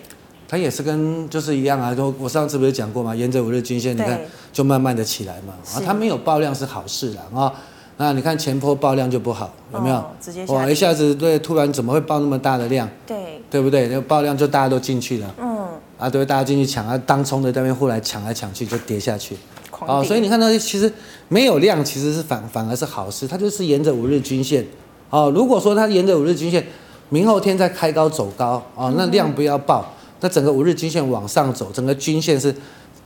Speaker 2: 它也是跟就是一样啊，就我上次不是讲过嘛，沿着五日均线，你
Speaker 1: 对
Speaker 2: 看就慢慢的起来嘛。啊
Speaker 1: 是，
Speaker 2: 它没有爆量是好事啦啊、那你看前波爆量就不好，有没有？
Speaker 1: 哦直接下
Speaker 2: 哇，
Speaker 1: 跌
Speaker 2: 一下子对，突然怎么会爆那么大的量？
Speaker 1: 对，
Speaker 2: 对不对？那爆量就大家都进去了，
Speaker 1: 嗯，
Speaker 2: 啊，对，大家进去抢啊，当冲的在那边后来抢来抢去就跌下去，
Speaker 1: 狂
Speaker 2: 哦，
Speaker 1: 跌
Speaker 2: 所以你看到其实没有量其实是反反而是好事，它就是沿着五日均线，哦，如果说它沿着五日均线，明后天再开高走高，哦，
Speaker 1: 嗯
Speaker 2: 那量不要爆，那整个五日均线往上走，整个均线是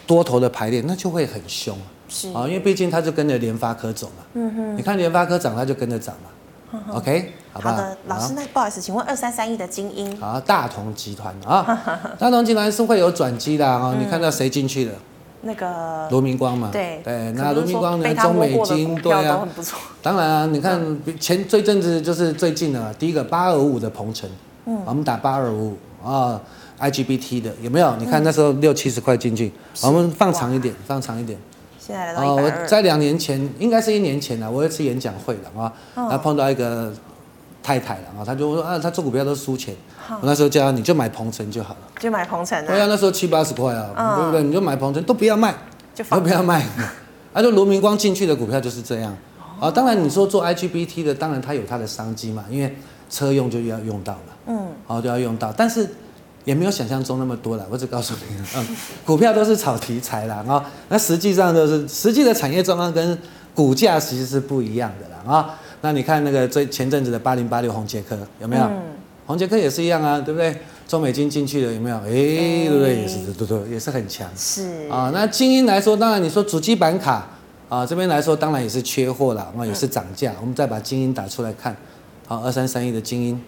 Speaker 2: 多头的排列，那就会很凶啊，
Speaker 1: 是
Speaker 2: 哦因为毕竟它就跟着联发科走嘛，嗯哼，你看联发科涨，它就跟着涨嘛，OK，好不好？
Speaker 1: 嗯的，老
Speaker 2: 好
Speaker 1: 师，那不好意思，请问二三三一的精英，
Speaker 2: 啊，大同集团 啊，大同集团是会有转机的啊、你看到谁进去了？
Speaker 1: 那个
Speaker 2: 罗明光嘛。
Speaker 1: 嗯对
Speaker 2: 啊对，
Speaker 1: 可
Speaker 2: 那
Speaker 1: 不
Speaker 2: 罗
Speaker 1: 是
Speaker 2: 明
Speaker 1: 说
Speaker 2: 光
Speaker 1: 被
Speaker 2: 呢？
Speaker 1: 他
Speaker 2: 中
Speaker 1: 摸
Speaker 2: 美
Speaker 1: 过的
Speaker 2: 金
Speaker 1: 股
Speaker 2: 对
Speaker 1: 票都
Speaker 2: 啊
Speaker 1: 很。嗯不错，
Speaker 2: 当然啊，你看前最阵子就是最近的嘛，第一个八二五的鹏程，嗯，我们打八二五啊，IGBT 的有没
Speaker 1: 嗯
Speaker 2: 有？你看那时候六七十块进去，我们放长一点，放长一点。
Speaker 1: 现在来
Speaker 2: 哦，
Speaker 1: 到一
Speaker 2: 我
Speaker 1: 百二，
Speaker 2: 在两年前，应该是一年前了，我有一次演讲会了啊，
Speaker 1: 嗯
Speaker 2: 然后碰到一个太太了啊，她就说啊，她做股票都输钱，
Speaker 1: 嗯
Speaker 2: 我那时候叫她你就买鹏程就好了。
Speaker 1: 就买鹏程
Speaker 2: 对啊
Speaker 1: 啊，，
Speaker 2: 那时候七八十块啊，
Speaker 1: 嗯
Speaker 2: 对不对？你就买鹏程都不要卖，
Speaker 1: 就
Speaker 2: 都
Speaker 1: 放
Speaker 2: 不要卖。 啊，就罗明光进去的股票就是这样啊。当然你说做 IGBT 的，当然它有它的商机嘛，因为车用就要用到了，
Speaker 1: 嗯，
Speaker 2: 哦就要用到，但是也没有想象中那么多了。我只告诉你，嗯， 股票都是炒题材啦，啊、那实际上都是实际的产业状况跟股价其实是不一样的啦啊、那你看那个最前阵子的八零八六红杰科有没
Speaker 1: 嗯
Speaker 2: 有？红杰科也是一样啊，对不对？中美金进去了有没有？哎、对不对？也是对对，也是很强。
Speaker 1: 是，
Speaker 2: 啊，那精英来说，当然你说主机板卡啊，这边来说当然也是缺货啦，啊也是涨价。我们再把精英打出来看，好，二三三一的精英，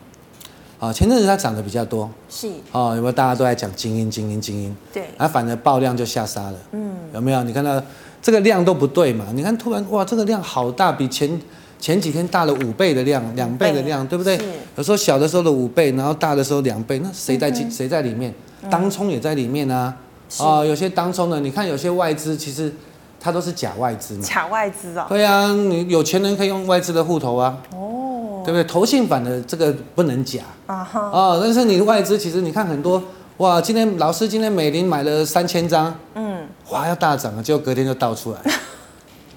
Speaker 2: 啊，前阵子它涨得比较多，
Speaker 1: 是，
Speaker 2: 哦，有没有大家都在讲精英精英精英，
Speaker 1: 对，
Speaker 2: 啊，反而爆量就下杀了，嗯，有没有？你看到这个量都不对嘛？你看突然哇，这个量好大，比前前几天大了五倍的量，两倍的量，对不对
Speaker 1: 嗯是？嗯
Speaker 2: 有时候小的时候的五倍，然后大的时候两倍，那谁在进谁在里面？当冲也在里面啊，
Speaker 1: 是
Speaker 2: 啊、有些当冲的，你看有些外资其实它都是假外资嘛，
Speaker 1: 卡外资哦，
Speaker 2: 对啊，你有钱人可以用外资的户头啊，
Speaker 1: 哦，
Speaker 2: 对不对？投信版的这个不能假。
Speaker 1: 啊哈，
Speaker 2: 哦，但是你外资其实你看很多，哇，今天老师今天美林买了三千张，
Speaker 1: 嗯，
Speaker 2: 哇要大涨了，结果隔天就 倒出来，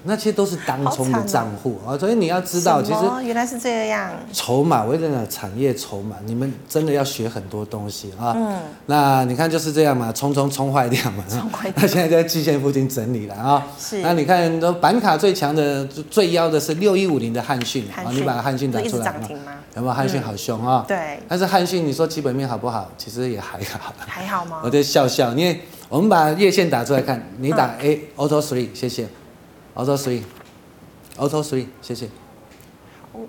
Speaker 2: 那些都是当冲的账户啊，所以你要知道，其
Speaker 1: 什
Speaker 2: 实
Speaker 1: 么原来是这样，
Speaker 2: 筹码，我跟你讲，产业筹码，你们真的要学很多东西啊。嗯，那你看就是这样嘛，冲冲冲坏掉嘛，
Speaker 1: 冲坏掉
Speaker 2: 那现在在季线附近整理了啊。
Speaker 1: 是
Speaker 2: 那你看，都板卡最强的、最最妖的是六一五零的汉讯啊
Speaker 1: 汉，
Speaker 2: 你
Speaker 1: 讯
Speaker 2: 把汉讯打
Speaker 1: 不是一
Speaker 2: 出
Speaker 1: 直
Speaker 2: 来啊
Speaker 1: 涨停嗯吗？
Speaker 2: 有没有汉讯好凶啊？
Speaker 1: 对，
Speaker 2: 但是汉讯，你说基本面好不好？其实也还好啦，
Speaker 1: 还好吗
Speaker 2: 我？就笑笑，因为我们把月线打出来看，你打
Speaker 1: 嗯
Speaker 2: A、Auto Three，谢谢，Auto Three，Auto Three，谢谢。
Speaker 1: 哦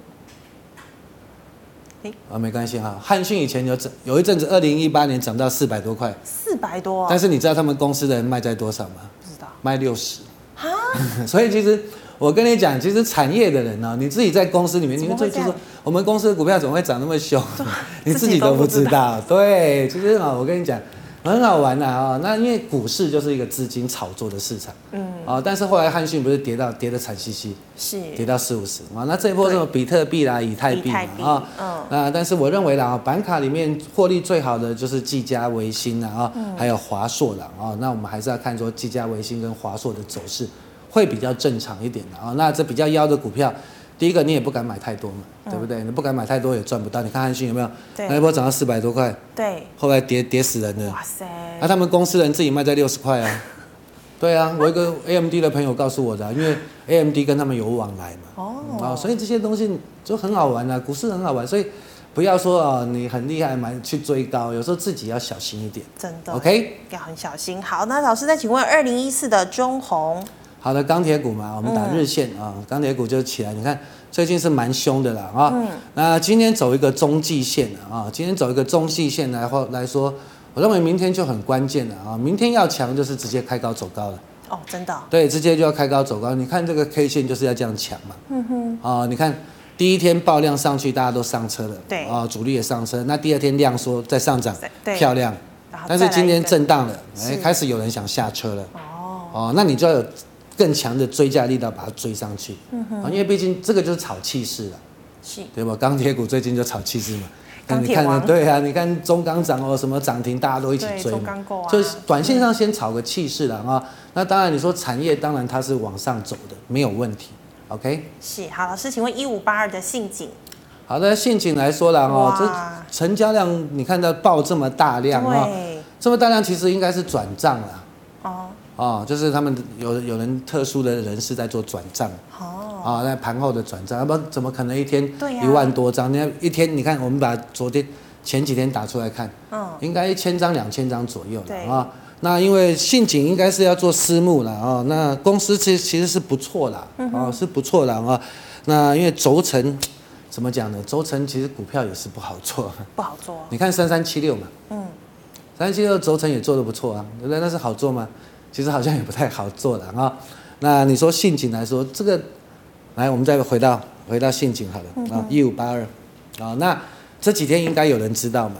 Speaker 1: 诶
Speaker 2: 啊，没关系哈。汉讯以前有涨，有一阵子，二零一八年涨到四百多块，
Speaker 1: 四百多哦，
Speaker 2: 但是你知道他们公司的人卖在多少吗？
Speaker 1: 不知道，
Speaker 2: 卖六十。 所以其实我跟你讲，其实产业的人呢、啊你自己在公司里面，你
Speaker 1: 怎么
Speaker 2: 们
Speaker 1: 会
Speaker 2: 最
Speaker 1: 这样
Speaker 2: 就是我们公司的股票怎么会涨那么 凶，你
Speaker 1: 自
Speaker 2: 自
Speaker 1: 己
Speaker 2: 己
Speaker 1: 都
Speaker 2: 都
Speaker 1: 不
Speaker 2: 不
Speaker 1: 知
Speaker 2: 知道。对，其实啊、我跟你讲。很好玩呐、啊、哦，那因为股市就是一个资金炒作的市场，嗯，啊、但是后来汉讯不是跌到跌得惨兮兮，跌
Speaker 1: 是，
Speaker 2: 到四五十啊，那这一波什么比特币啦、以太币
Speaker 1: 以
Speaker 2: 嘛
Speaker 1: 太币
Speaker 2: 啊，
Speaker 1: 嗯
Speaker 2: 那但是我认为啦，啊板卡里面获利最好的就是技嘉、维新啦啊，
Speaker 1: 嗯
Speaker 2: 还有华硕啦啊，那我们还是要看说技嘉、维新跟华硕的走势会比较正常一点的啊。那这比较妖的股票，第一个你也不敢买太多嘛，对不对？你不敢买太多也赚不到。你看汉讯有没有？
Speaker 1: 嗯对
Speaker 2: 那一波涨到四百多块，
Speaker 1: 对，
Speaker 2: 后来跌跌死人了。
Speaker 1: 哇塞，
Speaker 2: 啊，他们公司人自己卖在六十块啊。对啊，我一个 AMD 的朋友告诉我的啊、因为 AMD 跟他们有往来嘛。
Speaker 1: 哦
Speaker 2: 嗯啊、所以这些东西就很好玩啊，股市很好玩，所以不要说啊、你很厉害买去追高，有时候自己要小心一点。
Speaker 1: 真的
Speaker 2: OK，
Speaker 1: 要很小心。好，那老师再请问二零一四的中红，
Speaker 2: 好的，钢铁股嘛，我们打日线啊，钢铁股就起来。你看最近是蛮凶的啦啊，那今天走一个中继线啊，今天走一个中继线来话来说，我认为明天就很关键了啊，明天要强就是直接开高走高了。
Speaker 1: 哦，真的哦
Speaker 2: 对，直接就要开高走高。你看这个 K 线就是要这样抢嘛。嗯哼。啊、你看第一天爆量上去，大家都上车了。
Speaker 1: 对
Speaker 2: 啊、主力也上车。那第二天量缩再上涨
Speaker 1: 对，
Speaker 2: 漂亮。
Speaker 1: 然后
Speaker 2: 但
Speaker 1: 再
Speaker 2: 是
Speaker 1: 来
Speaker 2: 今
Speaker 1: 一
Speaker 2: 天
Speaker 1: 个
Speaker 2: 震荡了，哎、
Speaker 1: 是
Speaker 2: 开始有人想下车了。
Speaker 1: 哦，
Speaker 2: 哦，那你就要有更强的追加力道把它追上去，嗯哼，因为毕竟这个就是炒气势了，
Speaker 1: 是
Speaker 2: 对吧？钢铁股最近就炒气势嘛，那
Speaker 1: 钢
Speaker 2: 你
Speaker 1: 铁
Speaker 2: 看呢
Speaker 1: 王
Speaker 2: 对啊，你看中钢涨哦，什么涨停，大家都一起
Speaker 1: 对
Speaker 2: 追
Speaker 1: 中
Speaker 2: 嘛，
Speaker 1: 钢构啊，
Speaker 2: 就是短线上先炒个气势了啊。那当然，你说产业当然它是往上走的，没有问题。OK，
Speaker 1: 是好老师，请问一五八二的信景
Speaker 2: 好的，陷阱来说了哦，
Speaker 1: 哇
Speaker 2: 这成交量你看到爆这么大量啊、
Speaker 1: 对
Speaker 2: 这么大量其实应该是转账了
Speaker 1: 哦
Speaker 2: 哦，就是他们有有人特殊的人士在做转账
Speaker 1: 哦
Speaker 2: 啊，在盘后的转账，要不然怎么可能一天
Speaker 1: 对呀
Speaker 2: 一万多张？你看一天，你看我们把昨天前几天打出来看，
Speaker 1: 嗯
Speaker 2: 应该一千张、两千张左右了
Speaker 1: 对
Speaker 2: 啊、那因为信锦应该是要做私募了啊、那公司其实其实是不错啦，
Speaker 1: 嗯
Speaker 2: 哦是不错啦啊、那因为轴承怎么讲呢？轴承其实股票也是不好做，
Speaker 1: 不好做，
Speaker 2: 你看三三七六嘛，
Speaker 1: 嗯
Speaker 2: 三七六轴承也做得不错啊，对不对？那是好做吗？其实好像也不太好做了啊、那你说信锦来说，这个来我们再回到回到信锦好
Speaker 1: 嗯
Speaker 2: 了啊，一五八二啊，那这几天应该有人知道嘛，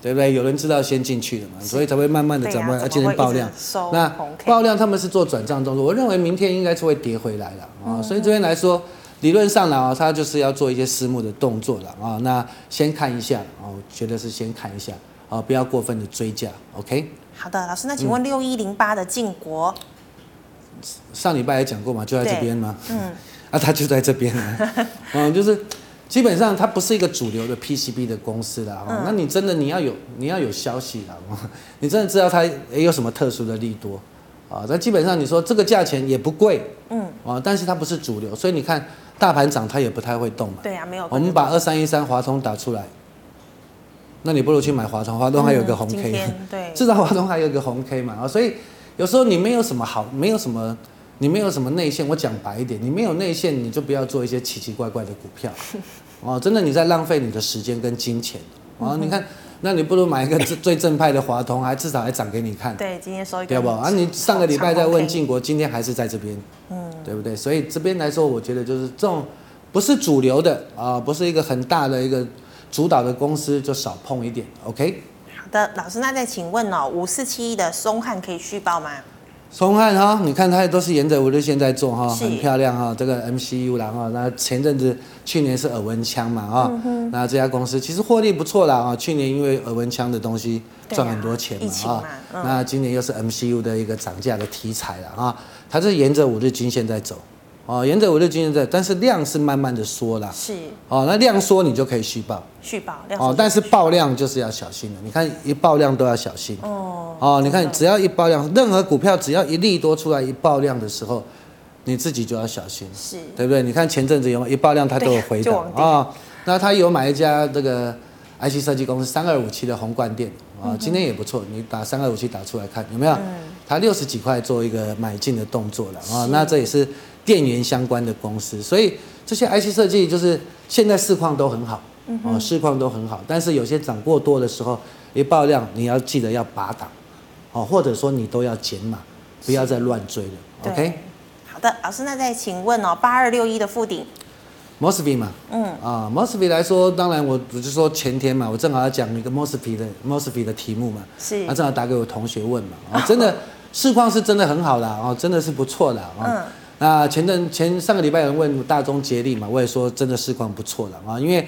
Speaker 2: 对不对？有人知道先进去的嘛，所以才会慢慢的
Speaker 1: 对
Speaker 2: 涨
Speaker 1: 呀
Speaker 2: 过来，而今天爆
Speaker 1: 怎
Speaker 2: 量。，
Speaker 1: 么会一直收
Speaker 2: 那
Speaker 1: 红 K
Speaker 2: 爆量他们是做转账动作，我认为明天应该是会跌回来了啊、
Speaker 1: 嗯
Speaker 2: 所以这边来说，理论上呢啊，它就是要做一些私募的动作了啊、那先看一下哦，我觉得是先看一下啊、不要过分的追价，OK。
Speaker 1: 好的，老师，那请
Speaker 2: 嗯
Speaker 1: 问六一零八的晋国，
Speaker 2: 上礼拜也讲过嘛，就在这边嘛，
Speaker 1: 嗯，
Speaker 2: 啊，它就在这边 啊，嗯，就是基本上它不是一个主流的 PCB 的公司啦。
Speaker 1: 嗯
Speaker 2: 哦，那你真的你要有你要有消息啦，哦 你真的知道它也有什么特殊的利多啊？那基本上你说这个价钱也不贵，
Speaker 1: 嗯，
Speaker 2: 啊，但是它不是主流，所以你看大盘涨它也不太会动嘛。
Speaker 1: 对啊，没有
Speaker 2: 我们把二三一三华通打出来，那你不如去买华通，华通还有一个红 K，、
Speaker 1: 嗯今天对，
Speaker 2: 至少华东还有一个红 K 嘛啊，所以有时候你没有什么好，没有什么，你没有什么内线。我讲白一点，你没有内线，你就不要做一些奇奇怪怪的股 票哦。真的，你在浪费你的时间跟金钱哦。你看，那你不如买一个最最正派的华通，还至少还涨给你 看，
Speaker 1: 对，今天收一
Speaker 2: 对
Speaker 1: 个
Speaker 2: 不？啊，你上个礼拜在问
Speaker 1: 长红 K
Speaker 2: 晋国，今天还是在这边，嗯，对不对？所以这边来说，我觉得就是这种不是主流的啊、不是一个很大的一个主导的公司，就少碰一点，OK。
Speaker 1: 好的，老师，那再请问哦，五四七一的松汉可以续报吗？
Speaker 2: 松汉哈，你看它都是沿着五日线在做哈，
Speaker 1: 是
Speaker 2: 很漂亮哈。这个 MCU 然后那前阵子去年是耳温枪嘛
Speaker 1: 嗯
Speaker 2: 哈，那这家公司其实获利不错啦啊。去年因为耳温枪的东西
Speaker 1: 对啊
Speaker 2: 赚很多钱
Speaker 1: 疫
Speaker 2: 嘛
Speaker 1: 情嘛
Speaker 2: 啊，
Speaker 1: 嗯
Speaker 2: 那今年又是 MCU 的一个涨价的题材了啊，它是沿着五日均线在走哦，沿着五日均线在，但是量是慢慢的缩啦
Speaker 1: 是
Speaker 2: 哦，那量缩你就可以续报。
Speaker 1: 续报量
Speaker 2: 哦，但是爆量就是要小心了。你看一爆量都要小心。哦你看只要一爆量，任何股票只要一利多出来一爆量的时候，你自己就要小心，
Speaker 1: 是
Speaker 2: 对不对？你看前阵子有没有一爆量它都有回
Speaker 1: 嗯对就
Speaker 2: 档
Speaker 1: 往
Speaker 2: 啊、
Speaker 1: 跌
Speaker 2: 那他有买一家这个 IC 设计公司三二五七的红冠店
Speaker 1: 嗯
Speaker 2: 啊、今天也不错，你打三二五七打出来看有没有？它六十几块做一个买进的动作了啊、那这也是电源相关的公司，所以这些 IC 设计就是现在市况都很好，
Speaker 1: 嗯
Speaker 2: 哦，市况都很好，但是有些涨过多的时候一爆量，你要记得要拔档，哦，或者说你都要减码，不要再乱追了
Speaker 1: 对
Speaker 2: ，OK？
Speaker 1: 好的，老师，那再请问哦，八二六一的附顶
Speaker 2: Mosby 嘛，
Speaker 1: 嗯
Speaker 2: 啊，Mosby 来说，当然我我就说前天嘛，我正好要讲一个 Mosby 的 Mosby 的题目嘛，
Speaker 1: 是
Speaker 2: 啊，正好打给我同学问嘛，啊，真的市况是真的很好啦，哦，真的是不错啦，啊，
Speaker 1: 嗯
Speaker 2: 那前阵前上个礼拜有人问大中捷力嘛，我也说真的市况不错啦，啊，因为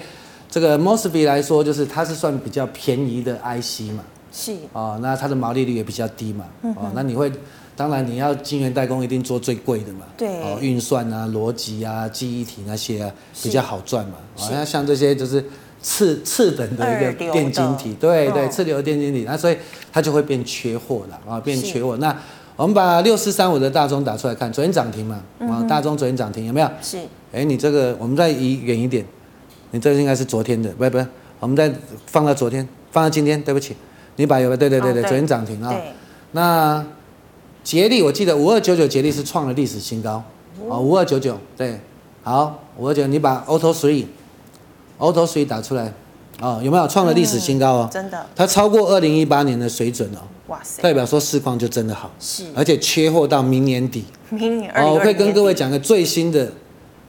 Speaker 2: 这个 Mosby 来说，就是它是算比较便宜的 IC 嘛，
Speaker 1: 是
Speaker 2: 哦，那它的毛利率也比较低嘛，
Speaker 1: 嗯
Speaker 2: 哦，那你会，当然你要晶圆代工一定做最贵的嘛，
Speaker 1: 对
Speaker 2: 哦，运算啊、逻辑啊、记忆体那些啊
Speaker 1: 是
Speaker 2: 比较好赚嘛，哦
Speaker 1: 是，
Speaker 2: 那像这些就是次次等的一
Speaker 1: 二流
Speaker 2: 个
Speaker 1: 的
Speaker 2: 电晶体，对对，
Speaker 1: 嗯
Speaker 2: 次流的电晶体，那所以它就会变缺货了啊，变缺货。那我们把六四三五的大中打出来看，昨天涨停嘛，
Speaker 1: 嗯
Speaker 2: 啊，大中昨天涨停有没有？
Speaker 1: 是
Speaker 2: 哎，你这个我们再移远一点，你这个应该是昨天的，不不，我们再放到昨天，放到今天，对不起，你把有个对对对
Speaker 1: 哦
Speaker 2: 对，
Speaker 1: 对
Speaker 2: 昨天涨停啊、
Speaker 1: 对
Speaker 2: 那杰力我记得五二九九杰力是创了历史新
Speaker 1: 哦
Speaker 2: 高啊，五二九九对，好五二九，你把 Auto Three Auto Three 打出来啊、哦，有没有创了历史新高哦？
Speaker 1: 真的，
Speaker 2: 它超过二零一八年的水准哦，
Speaker 1: 哇塞，
Speaker 2: 代表说市况就真的好，
Speaker 1: 是
Speaker 2: 而且缺货到明年底。
Speaker 1: 明年二
Speaker 2: 哦，
Speaker 1: 零
Speaker 2: 我
Speaker 1: 二
Speaker 2: 会跟
Speaker 1: 零
Speaker 2: 各位讲个最新的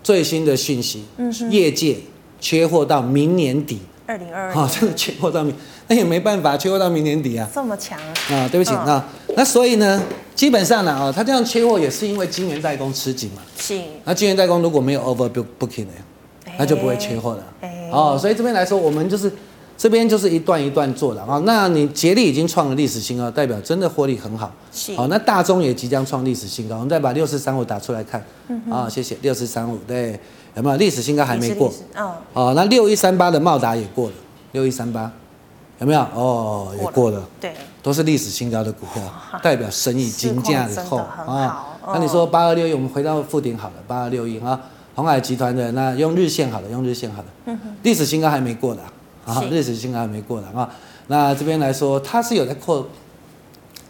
Speaker 2: 最新的讯息，
Speaker 1: 嗯
Speaker 2: 业界缺货到明年底，
Speaker 1: 二零二
Speaker 2: 哦
Speaker 1: 二，
Speaker 2: 真的缺货到明，那也没办法，缺货到明年底啊，
Speaker 1: 这么强，
Speaker 2: 啊，对不起
Speaker 1: 嗯
Speaker 2: 啊，那所以呢，基本上呢啊，它这样缺货也是因为晶圆代工吃紧嘛。
Speaker 1: 是，
Speaker 2: 那晶圆代工如果没有 over booking 呢， 那就不会缺货了。
Speaker 1: 哎
Speaker 2: 哦，所以这边来说，我们就是这边就是一段一段做的啊。那你杰力已经创了历史新高，代表真的获利很好。
Speaker 1: 是
Speaker 2: 好、那大中也即将创历史新高，我们再把六四三五打出来看。啊、谢谢六四三五，对，有没有历史新高还没过
Speaker 1: 也？是历史嗯，
Speaker 2: 哦，那六一三八的茂达也过了，六一三八有没有？哦，也过了。
Speaker 1: 对，
Speaker 2: 都是历史新高的股票，代表生意金价以后
Speaker 1: 市况真的很好嗯
Speaker 2: 啊那你说八二六一，我们回到附顶好了，八二六一啊，红海集团的那用日线好了，用日线好了，历史新高还没过的啊
Speaker 1: 嗯是，
Speaker 2: 历史新高还没过的啊。那这边来说，它是有在扩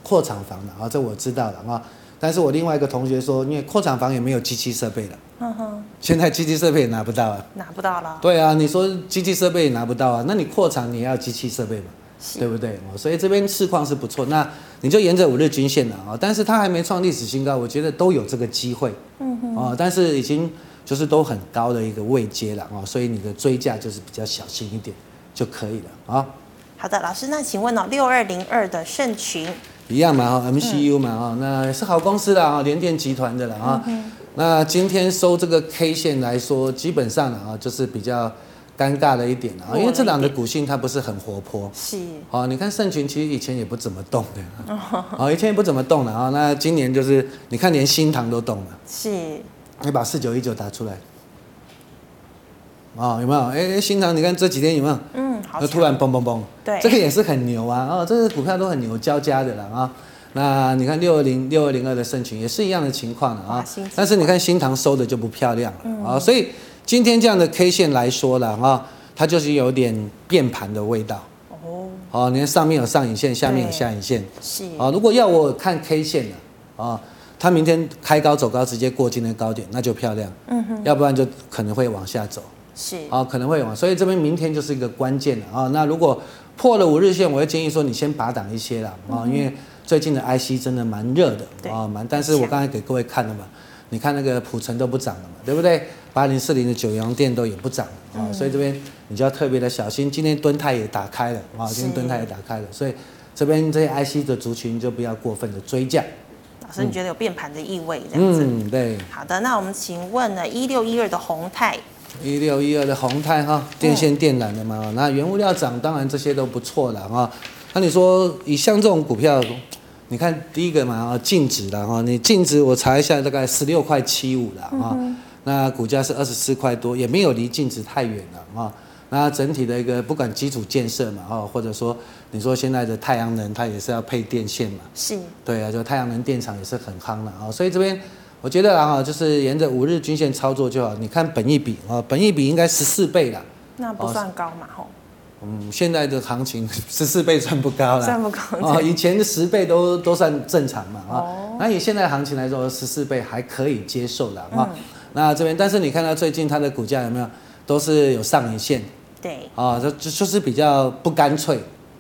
Speaker 2: 扩厂房的啊，这我知道了啊。但是我另外一个同学说，因为扩厂房也没有机器设备了，
Speaker 1: 哼嗯哼，
Speaker 2: 现在机器设备也拿不到啊。
Speaker 1: 拿不到了，
Speaker 2: 对啊，你说机器设备也拿不到啊，那你扩厂你也要机器设备嘛，
Speaker 1: 是
Speaker 2: 对不对？哦所以这边市况是不错，那你就沿着五日均线了啊，但是它还没创历史新高，我觉得都有这个机会，嗯哼，哦，但是已经就是都很高的一个位阶了啊，所以你的追价就是比较小心一点就可以了啊。
Speaker 1: 好的，老师，那请问哦，六二零二的盛群
Speaker 2: 一样嘛哈，MCU 嘛哈，那是好公司啦哈，联电集团的啦哈。那今天收这个 K 线来说，基本上呢啊，就是比较尴尬了一点啊，
Speaker 1: 弱了一点
Speaker 2: 因为这两个股性它不是很活泼。
Speaker 1: 是
Speaker 2: 哦，你看盛群其实以前也不怎么动的，哦，以前也不怎么动的啊。那今年就是你看连新塘都动了，
Speaker 1: 是
Speaker 2: 你把四九一九打出来，哦，有没有？哎、哎新塘你看这几天有没有？
Speaker 1: 嗯，好
Speaker 2: 就
Speaker 1: 强，
Speaker 2: 突然嘣嘣嘣，
Speaker 1: 对
Speaker 2: 这个也是很牛啊，哦，这个股票都很牛交加的了啊、那你看六二零六二零二的盛群也是一样的情况了
Speaker 1: 哇
Speaker 2: 啊、
Speaker 1: 新情况嗯
Speaker 2: 但是你看新塘收的就不漂亮了啊、所以今天这样的 K 线来说了啊、它就是有点变盘的味道
Speaker 1: 哦，
Speaker 2: 哦。你看上面有上影线，下面有
Speaker 1: 对
Speaker 2: 下影线
Speaker 1: 是
Speaker 2: 啊、如果要我看 K 线的啊、它明天开高走高，直接过今天高点，那就漂亮。嗯哼，要不然就可能会往下走。
Speaker 1: 是
Speaker 2: 啊、可能会往，所以这边明天就是一个关键了啊、那如果破了五日线，我会建议说你先拔档一些啦啊、因为最近的 IC 真的蛮热的
Speaker 1: 嗯对
Speaker 2: 啊，蛮、但是我刚才给各位看了嘛，你看那个普城都不涨了嘛，对不对？八零四零的九阳店都也不涨啊、
Speaker 1: 嗯
Speaker 2: 所以这边你就要特别的小心。今天敦泰也打开了啊、今天
Speaker 1: 是
Speaker 2: 敦泰也打开了，所以这边这些 IC 的族群就不要过分的追价。
Speaker 1: 老师，你觉得有变盘的意味这样子？
Speaker 2: 嗯，对。
Speaker 1: 好的，那我们请问呢，一六一二的宏泰
Speaker 2: 一六一二的宏泰哈，电线电缆的嘛，那原物料涨，当然这些都不错了哈。那你说以像这种股票，你看第一个嘛啊，净值的哈，你净值我查一下，大概十六块七五了啊，那股价是二十四块多，也没有离净值太远了啊。那整体的一个不管基础建设嘛哈，或者说你说现在的太阳能，它也是要配电线嘛，
Speaker 1: 是
Speaker 2: 对啊，就太阳能电厂也是很夯了啊、所以这边我觉得啊，就是沿着五日均线操作就好。你看本益比啊、本益比应该十四倍啦。
Speaker 1: 那
Speaker 2: 哦
Speaker 1: 不算高嘛吼，
Speaker 2: 嗯，现在的行情 十四倍算不高啦，
Speaker 1: 算不高 哦
Speaker 2: 哦，以前的十倍都都算正常嘛啊、那以现在行情来说，十四倍还可以接受的啊、
Speaker 1: 嗯
Speaker 2: 那这边，但是你看到最近它的股价有没有都是有上影线
Speaker 1: 对，
Speaker 2: 啊、这就就是比较不干脆。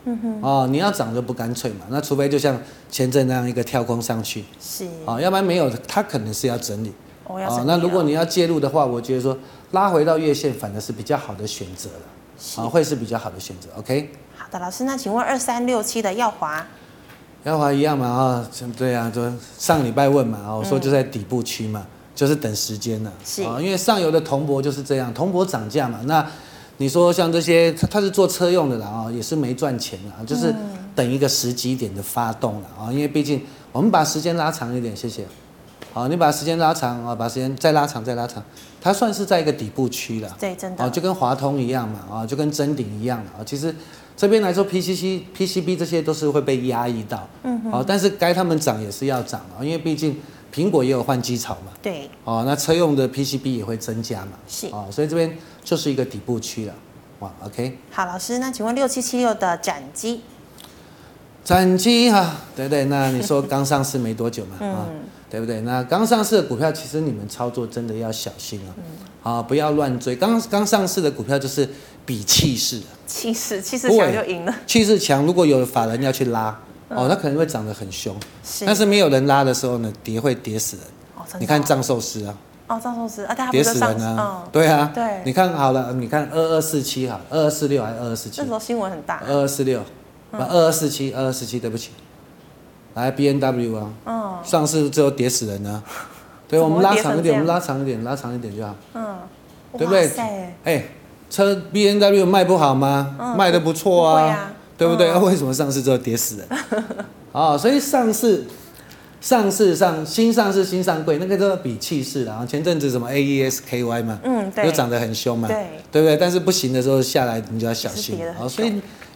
Speaker 2: 嗯哼，哦，你要涨就不干脆嘛，那除非就像前阵那样一个跳空上去，
Speaker 1: 是
Speaker 2: 啊，要不然没有，它可能是要整理。啊
Speaker 1: 我要整理啊
Speaker 2: 那
Speaker 1: 了
Speaker 2: 如果你要介入的话，我觉得说拉回到月线反而是比较好的选择了，啊，会是比较好的选择。OK，
Speaker 1: 好的，老师，那请问二三六七的耀华
Speaker 2: 耀华一样嘛啊，对啊，就上礼拜问嘛啊，我说就在底部区嘛，就是等时间了。
Speaker 1: 是
Speaker 2: 啊，因为上游的铜箔就是这样，铜箔涨价嘛，那你说像这些，它它是做车用的啦啊，也是没赚钱啦，就是等一个时机点的发动了啊，因为毕竟我们把时间拉长一点，谢谢。好，你把时间拉长啊，把时间再拉长，再拉长，它算是在一个底部区了。
Speaker 1: 对真的
Speaker 2: 哦，就跟华通一样嘛，啊、就跟真鼎一样嘛。啊、其实这边来说，PCC、PCB 这些都是会被压抑到。嗯。好、但是该他们涨也是要涨啊、因为毕竟苹果也有换机槽嘛。
Speaker 1: 对
Speaker 2: 哦，那车用的 PCB 也会增加嘛。
Speaker 1: 是
Speaker 2: 哦，所以这边就是一个底部区了。哇，OK。
Speaker 1: 好，老师，那请问六七七六的斩机
Speaker 2: 斩机哈，对对，那你说刚上市没多久
Speaker 1: 嗯
Speaker 2: 嘛，啊、对不对？那刚上市的股票，其实你们操作真的要小心
Speaker 1: 嗯
Speaker 2: 啊，啊、不要乱追。刚刚上市的股票就是比气势啊，
Speaker 1: 七十七十
Speaker 2: 不
Speaker 1: 强
Speaker 2: 会
Speaker 1: 就赢了，
Speaker 2: 气势强，如果有法人要去拉，哦，它可能会涨得很凶。
Speaker 1: 嗯是
Speaker 2: 但是没有人拉的时候呢，跌会跌死人。
Speaker 1: 哦，真的哦
Speaker 2: 你看藏寿司啊，
Speaker 1: 哦，张寿司啊，但他不
Speaker 2: 跌
Speaker 1: 是
Speaker 2: 死
Speaker 1: 上
Speaker 2: 人啊，
Speaker 1: 嗯，
Speaker 2: 对啊，
Speaker 1: 对
Speaker 2: 你看好了，你看二二四七哈，二二四六还是二二四七呃
Speaker 1: 那时？候新闻很大，
Speaker 2: 二二四六，不二二四七，二二四七，对不起，来 B N W 啊，
Speaker 1: 嗯
Speaker 2: 上市之后跌死人 呢、对，
Speaker 1: 怎
Speaker 2: 我
Speaker 1: 么会
Speaker 2: 们拉
Speaker 1: 跌
Speaker 2: 长
Speaker 1: 成
Speaker 2: 一点，
Speaker 1: 这
Speaker 2: 我们
Speaker 1: 样
Speaker 2: 拉长一点，拉长一点就好。
Speaker 1: 嗯，
Speaker 2: 对不对
Speaker 1: 哇塞
Speaker 2: 哎、车 B N W 卖不好吗？
Speaker 1: 嗯
Speaker 2: 卖的不错
Speaker 1: 不
Speaker 2: 啊，
Speaker 1: 会啊
Speaker 2: 对不对？
Speaker 1: 嗯
Speaker 2: 那、为什么上市之后跌死人？ 啊、所以上市、上市上新上市、新上柜那个都要比气势啦。前阵子什么 A E S K Y 嘛，
Speaker 1: 嗯，对，
Speaker 2: 就涨得很凶嘛，
Speaker 1: 对，
Speaker 2: 对不对？但是不行的时候下来，你就要小心
Speaker 1: 是
Speaker 2: 哦
Speaker 1: 跌得很
Speaker 2: 所以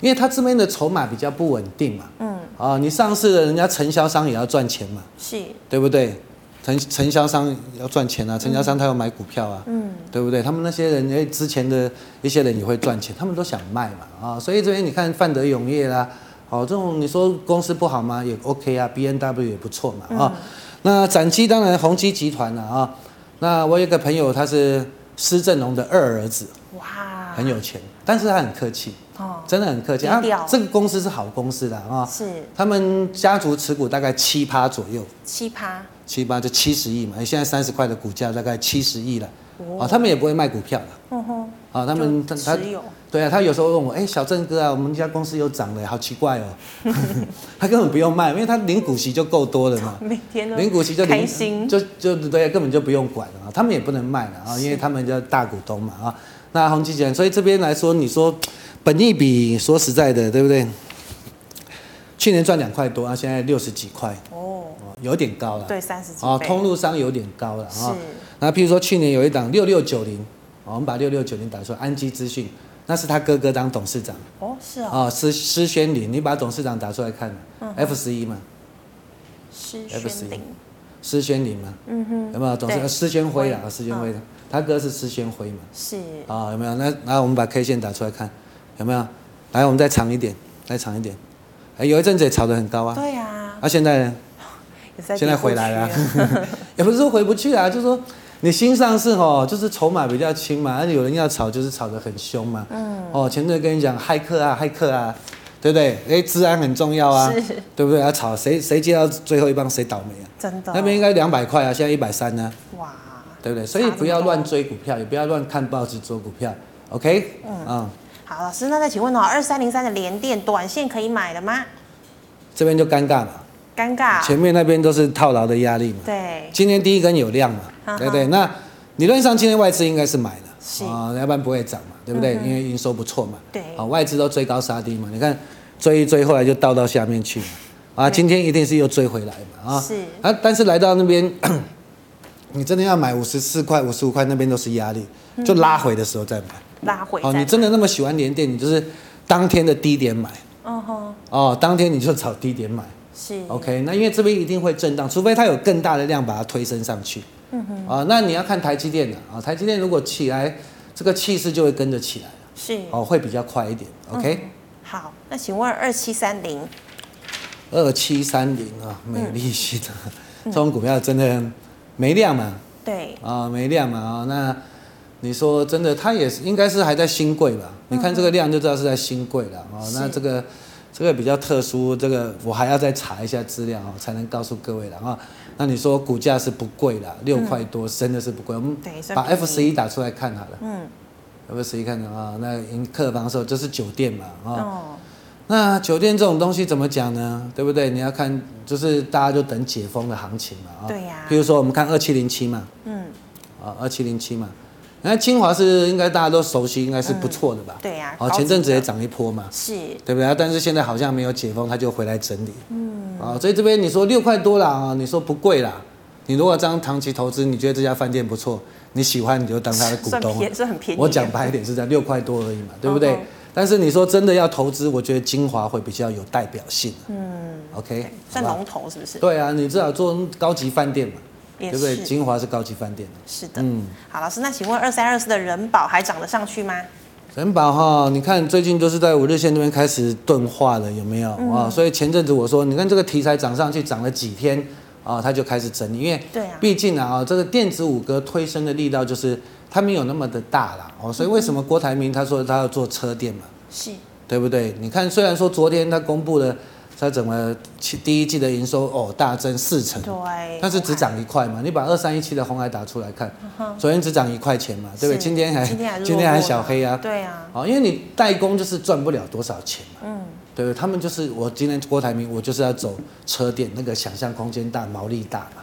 Speaker 2: 因为它这边的筹码比较不稳定嘛，嗯，啊、你上市了，人家承销商也要赚钱嘛，
Speaker 1: 是，
Speaker 2: 对不对？承承销商要赚钱啊，承销商他要买股票啊，
Speaker 1: 嗯，
Speaker 2: 对不对？他们那些人，哎，之前的一些人也会赚钱，他们都想卖嘛，啊、所以这边你看范德永业啦，哦，这种你说公司不好吗？也 OK 啊，B N W 也不错
Speaker 1: 嗯
Speaker 2: 嘛，啊、那展基当然宏基集团了啊、那我有一个朋友他是施正荣的二儿子，
Speaker 1: 哇，
Speaker 2: 很有钱，但是他很客气，
Speaker 1: 啊哦，
Speaker 2: 真的很客气，啊
Speaker 1: 低调
Speaker 2: 这个公司是好公司的啊、
Speaker 1: 是
Speaker 2: 他们家族持股大概七趴左右，
Speaker 1: 奇葩，
Speaker 2: 七八就七十亿嘛，现在三十块的股价大概七十亿了，
Speaker 1: 哦
Speaker 2: 啊、他们也不会卖股票的。
Speaker 1: 嗯哼，
Speaker 2: 啊，他们他
Speaker 1: 就
Speaker 2: 他
Speaker 1: 持有，
Speaker 2: 对啊，他有时候问我，哎、小郑哥啊，我们家公司又涨了，好奇怪哦。 他根本不用卖，因为他领股息就够 多了嘛，
Speaker 1: 每天都
Speaker 2: 领股息就
Speaker 1: 开
Speaker 2: 领
Speaker 1: 心，
Speaker 2: 就就对、啊根本就不用管了啊。他们也不能卖了啊，因为他们叫大股东嘛啊。那宏基集团，所以这边来说，你说本益比，说实在的，对不对？去年赚两块多啊，现在六十几块，
Speaker 1: 哦，
Speaker 2: 哦有点高了。
Speaker 1: 对，三十几
Speaker 2: 啊，
Speaker 1: 倍
Speaker 2: 通路商有点高了啊。
Speaker 1: 是，
Speaker 2: 那譬如说去年有一档六六九零，哦我们把六六九零打出来，安基资讯，那是他哥哥当董事长
Speaker 1: 哦，是哦，嗯
Speaker 2: 啊，施施宣林，你把董事长打出来看，F 十一嘛，
Speaker 1: 是
Speaker 2: F 十一
Speaker 1: 宣定，
Speaker 2: 施宣林嘛，
Speaker 1: 嗯哼，
Speaker 2: 有没有董
Speaker 1: 对
Speaker 2: 事施宣辉啊，
Speaker 1: 辉嗯
Speaker 2: 施宣辉，他哥是施宣辉嘛，
Speaker 1: 是，
Speaker 2: 啊，有没有？那那我们把 K 线打出来看，有没有？来，我们再长一点，再长一点，哎，有一阵子也炒得很高啊，
Speaker 1: 对啊，
Speaker 2: 啊，现在呢？
Speaker 1: 也是在
Speaker 2: 现在
Speaker 1: 低谷
Speaker 2: 回来了
Speaker 1: 区 啊
Speaker 2: 也不是说回不去啊，就是说你新上市哦，就是筹码比较轻嘛，而且有人要炒，就是炒得很凶嘛。嗯。哦，前阵跟你讲骇客啊，骇客啊，对不对？哎，治安很重要啊，
Speaker 1: 是
Speaker 2: 对不对？要炒谁谁接到最后一棒谁倒霉啊？
Speaker 1: 真的，
Speaker 2: 那边应该两百块啊，现在一百三呢，
Speaker 1: 哇，
Speaker 2: 对不对？所以不要乱追股票，也不要乱看报纸做股票，OK？嗯。
Speaker 1: 好，老师，那再请问哦，二三零三的联电短线可以买了吗？
Speaker 2: 这边就尴尬了，
Speaker 1: 尴尬，
Speaker 2: 前面那边都是套牢的压力嘛。
Speaker 1: 对，
Speaker 2: 今天第一根有量嘛，
Speaker 1: 哈哈
Speaker 2: 对不对？那理论上今天外资应该是买
Speaker 1: 是嗯
Speaker 2: 了，啊、要不然不会涨嘛，对不对？因为营收不错嘛，
Speaker 1: 对
Speaker 2: 啊、外资都追高杀低嘛，你看追一追，后来就倒到下面去嘛，啊，今天一定是又追回来嘛，啊，
Speaker 1: 是
Speaker 2: 啊，但是来到那边， 你真的要买五十四块、五十五块那边都是压力，就拉回的时候再买。
Speaker 1: 拉嗯回
Speaker 2: 哦，
Speaker 1: 再
Speaker 2: 你真的那么喜欢连电，你就是当天的低点买，
Speaker 1: 嗯哼，
Speaker 2: 哦，当天你就找低点买。
Speaker 1: 是
Speaker 2: OK，那因为这边一定会震荡，除非它有更大的量把它推升上去。嗯哼。啊，那你要看台积电的啊，台积电如果起来，这个气势就会跟着起来，
Speaker 1: 是，
Speaker 2: 哦，会比较快一点。OK，
Speaker 1: 好，那请问二七三零
Speaker 2: 二七三零啊，美丽新啊，这种股票真的没量嘛，
Speaker 1: 对
Speaker 2: 啊，没量嘛啊，那你说真的，它也是应该是还在新贵吧？你看这个量就知道是在新贵了啊。
Speaker 1: 嗯是
Speaker 2: 那这个这个比较特殊，这个我还要再查一下资料哦，才能告诉各位了啊。那你说股价是不贵啦，六块多，真的是不贵。我们
Speaker 1: 嗯对，算
Speaker 2: 把
Speaker 1: 便宜
Speaker 2: F 十一打出来看好了
Speaker 1: 嗯
Speaker 2: ，F 十一看啊，那迎客房的时候就是酒店嘛啊。
Speaker 1: 哦
Speaker 2: 那酒店这种东西怎么讲呢？对不对？你要看，就是大家就等解封的行情嘛啊。
Speaker 1: 对呀
Speaker 2: 比如说我们看二七零七嘛，
Speaker 1: 嗯
Speaker 2: 啊，二七零七嘛。那清华是应该大家都熟悉，应该是不错的吧？
Speaker 1: 对呀
Speaker 2: 好、
Speaker 1: 高级
Speaker 2: 啊前阵子
Speaker 1: 的
Speaker 2: 也涨一波嘛，
Speaker 1: 是
Speaker 2: 对不对？啊但是现在好像没有解封，它就回来整理。嗯。啊、所以这边你说六块多啦，啊，你说不贵啦。你如果当长期投资，你觉得这家饭店不错，你喜欢你就当它的股
Speaker 1: 算
Speaker 2: 东啊、
Speaker 1: 便算很便宜，
Speaker 2: 我讲白一点是在六块多而已嘛，对不对
Speaker 1: 嗯哼
Speaker 2: 但是你说真的要投资，我觉得精华会比较有代表性。嗯，OK，
Speaker 1: 对
Speaker 2: 好
Speaker 1: 算
Speaker 2: 不好
Speaker 1: 龙头是不是？
Speaker 2: 对啊，你至少做高级饭店嘛，
Speaker 1: 也
Speaker 2: 对不对？嗯
Speaker 1: 是
Speaker 2: 精华是高级饭店。啊
Speaker 1: 是的，好，老师，那请问二三二四的人保还涨得上去吗？
Speaker 2: 人保哈，你看最近就是在五日线这边开始钝化了，有没有啊、
Speaker 1: 嗯
Speaker 2: 所以前阵子我说，你看这个题材涨上去，涨了几天啊、它就开始整理，因为
Speaker 1: 对啊
Speaker 2: 毕竟啊、这个电子五哥推升的力道就是它没有那么的大啦哦，所以为什么郭台铭他说他要做车电嘛，
Speaker 1: 是
Speaker 2: 对不对？你看虽然说昨天他公布了他整个其第一季的营收哦大增四成，
Speaker 1: 对，
Speaker 2: 但是只涨一块嘛，你把二三一七的红海打出来看，昨天只涨一块钱嘛，对不对？
Speaker 1: 嗯是
Speaker 2: 今天还
Speaker 1: 今天还是
Speaker 2: 今天还
Speaker 1: 弱弱的
Speaker 2: 小黑啊，
Speaker 1: 对啊，
Speaker 2: 哦，因为你代工就是赚不了多少钱嘛，
Speaker 1: 嗯，
Speaker 2: 对对对，他们就是我今天郭台铭，我就是要走车店那个想象空间大、毛利大嘛。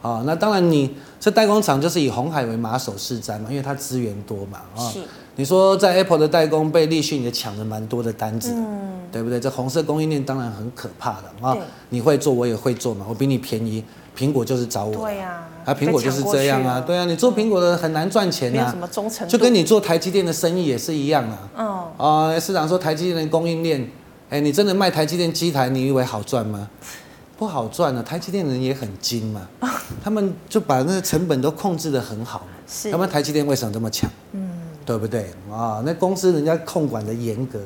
Speaker 2: 啊、那当然你这代工厂就是以红海为马首是瞻嘛，因为它资源多嘛啊。
Speaker 1: 是
Speaker 2: 你说在 Apple 的代工被立讯也抢了蛮多的单子，嗯，对不对？这红色供应链当然很可怕的啊
Speaker 1: 对。
Speaker 2: 你会做，我也会做嘛，我比你便宜，苹果就是找我。
Speaker 1: 对呀、
Speaker 2: 啊，苹果就是这样
Speaker 1: 被抢
Speaker 2: 啊，
Speaker 1: 过去
Speaker 2: 对啊，你做苹果的很难赚钱
Speaker 1: 没有
Speaker 2: 啊
Speaker 1: 什，么忠诚度，
Speaker 2: 就跟你做台积电的生意也是一样啊。
Speaker 1: 嗯，
Speaker 2: 啊、市长说台积电的供应链，哎、你真的卖台积电机台，你以为好 赚吗？不好赚啊，台积电人也很精嘛，他们就把那个成本都控制得很好嘛。
Speaker 1: 是
Speaker 2: 要不然台积电为什么这么强？嗯，对不对啊、那公司人家控管的严格，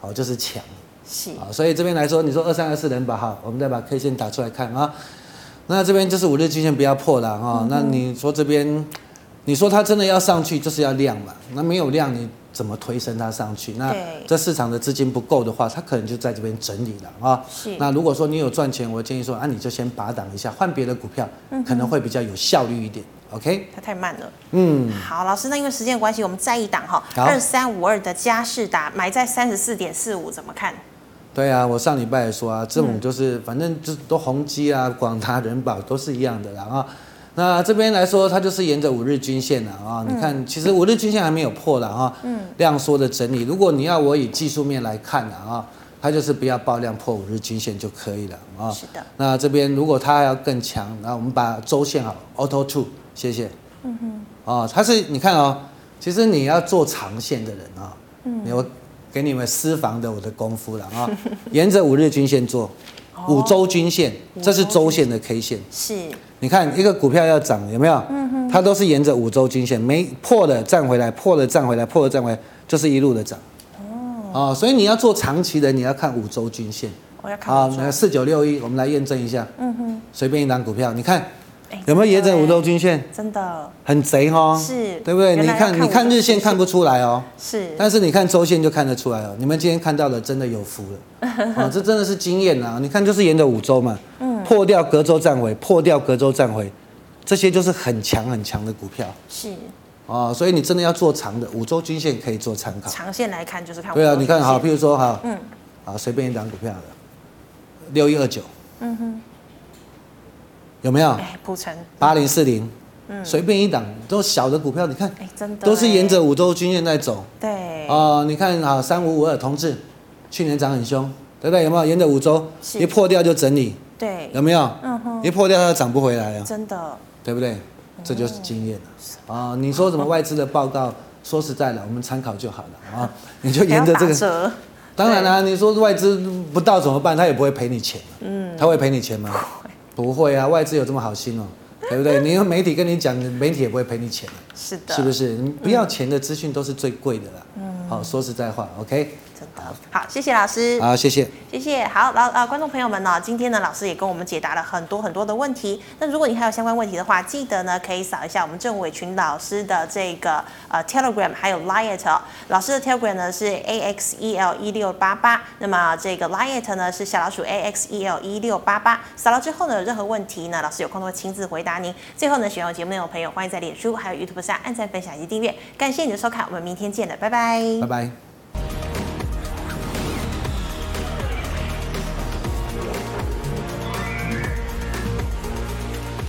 Speaker 2: 好、就是强。
Speaker 1: 是
Speaker 2: 啊，所以这边来说，你说二三二四能把好，我们再把 K 线打出来看啊。那这边就是五日均线不要破了
Speaker 1: 嗯
Speaker 2: 啊、那你说这边，你说它真的要上去，就是要量嘛。那没有量，你怎么推升它上去？那
Speaker 1: 对
Speaker 2: 这市场的资金不够的话，它可能就在这边整理了啊。
Speaker 1: 是
Speaker 2: 那如果说你有赚钱，我建议说啊，你就先拔档一下，换别的股票，
Speaker 1: 嗯
Speaker 2: 可能会比较有效率一点。OK，
Speaker 1: 它太慢了。
Speaker 2: 嗯，
Speaker 1: 好，老师，那因为时间的关系，我们再一档哈，
Speaker 2: 好
Speaker 1: 二三五二的嘉士达买在三十四点四五，怎么看？
Speaker 2: 对啊，我上礼拜也说啊，这种就是、反正就是都宏基啊、广达、人保都是一样的啦啊。那这边来说，它就是沿着五日均线了啊。你看，其实五日均线还没有破了啊。嗯。量缩的整理，如果你要我以技术面来看啊啊，它就是不要爆量破五日均线就可以了啊。
Speaker 1: 是的。
Speaker 2: 那这边如果它要更强，那我们把周线好，Auto Two，谢谢。嗯哼。哦，它是你看哦，其实你要做长线的人啊、嗯，我给你们私房的我的功夫了啊、 沿着五日均线做，哦五周均线，这是周线的 K 线。
Speaker 1: 是
Speaker 2: 你看一个股票要涨，有没有？它都是沿着五周均线，没破了站回来，破了站回来，破了站回来，就是一路的涨。哦，所以你要做长期的，你要看五周均线。
Speaker 1: 我要看
Speaker 2: 好
Speaker 1: 五，周
Speaker 2: 那四九六一，我们来验证一下。嗯哼，随便一档股票，你看
Speaker 1: 哎
Speaker 2: 有没有沿着
Speaker 1: 真的
Speaker 2: 五周
Speaker 1: 耶
Speaker 2: 均线？
Speaker 1: 真的
Speaker 2: 很贼哦，
Speaker 1: 是
Speaker 2: 对不对？
Speaker 1: 原
Speaker 2: 你
Speaker 1: 来要看
Speaker 2: 看，你
Speaker 1: 五
Speaker 2: 看
Speaker 1: 周
Speaker 2: 日
Speaker 1: 均
Speaker 2: 线看不出来哦。
Speaker 1: 是
Speaker 2: 但是你看周线就看得出来了，哦你们今天看到的真的有福 了，哦，这真的是经验啊！你看就是沿着五周嘛，
Speaker 1: 嗯
Speaker 2: 破掉隔周站回，破掉隔周站回，这些就是很强很强的股票
Speaker 1: 是，
Speaker 2: 哦，所以你真的要做长的，五周均线可以做参考。
Speaker 1: 长线来看就是看
Speaker 2: 对啊，
Speaker 1: 五周
Speaker 2: 你看好，
Speaker 1: 均
Speaker 2: 譬如说哈，
Speaker 1: 嗯
Speaker 2: 啊，随便一档股票的，六一二九，
Speaker 1: 嗯哼，
Speaker 2: 有没有？
Speaker 1: 哎，铺陈，
Speaker 2: 八零四零，
Speaker 1: 嗯
Speaker 2: 随便一档都小的股票，你看
Speaker 1: 哎，真的
Speaker 2: 都是
Speaker 1: 耶
Speaker 2: 沿着五周均线在走。
Speaker 1: 对
Speaker 2: 哦，你看啊，三五五二同志，去年涨很凶，对不对？有没有沿着五周
Speaker 1: 是
Speaker 2: 一破掉就整理？
Speaker 1: 对，
Speaker 2: 有没有？
Speaker 1: 嗯哼，
Speaker 2: 一破掉它涨不回来了，
Speaker 1: 真的
Speaker 2: 对不对？这就是经验了啊、你说什么外资的报告？说实在的，我们参考就好了啊。你就
Speaker 1: 还要
Speaker 2: 沿着这
Speaker 1: 打
Speaker 2: 个，
Speaker 1: 折
Speaker 2: 当然啦、啊你说外资不到怎么办？他也不会赔你钱嗯，他会赔你钱吗？不会啊，外资有这么好心哦，对不对？你用媒体跟你讲，媒体也不会赔你钱啊
Speaker 1: 是的，
Speaker 2: 是不是？你不要钱的资讯都是最贵的啦。嗯，好，说实在话，OK。
Speaker 1: 真的好，谢谢老师。
Speaker 2: 好，谢谢。
Speaker 1: 谢谢。好，老呃，观众朋友们呢、今天呢，老师也跟我们解答了很多很多的问题。那如果你还有相关问题的话，记得呢可以扫一下我们郑伟群老师的这个呃 Telegram 还有 Liet 哦。老师的 Telegram 呢是 AXEL 一六八八，那么这个 Liet 呢是小老鼠 AXEL 一六八八。扫了之后呢，有任何问题呢，老师有空都会亲自回答您。最后呢，喜欢我节目内容的朋友，欢迎在脸书还有 YouTube 上按赞、分享以及订阅。感谢你的收看，我们明天见了，拜拜
Speaker 2: 拜拜。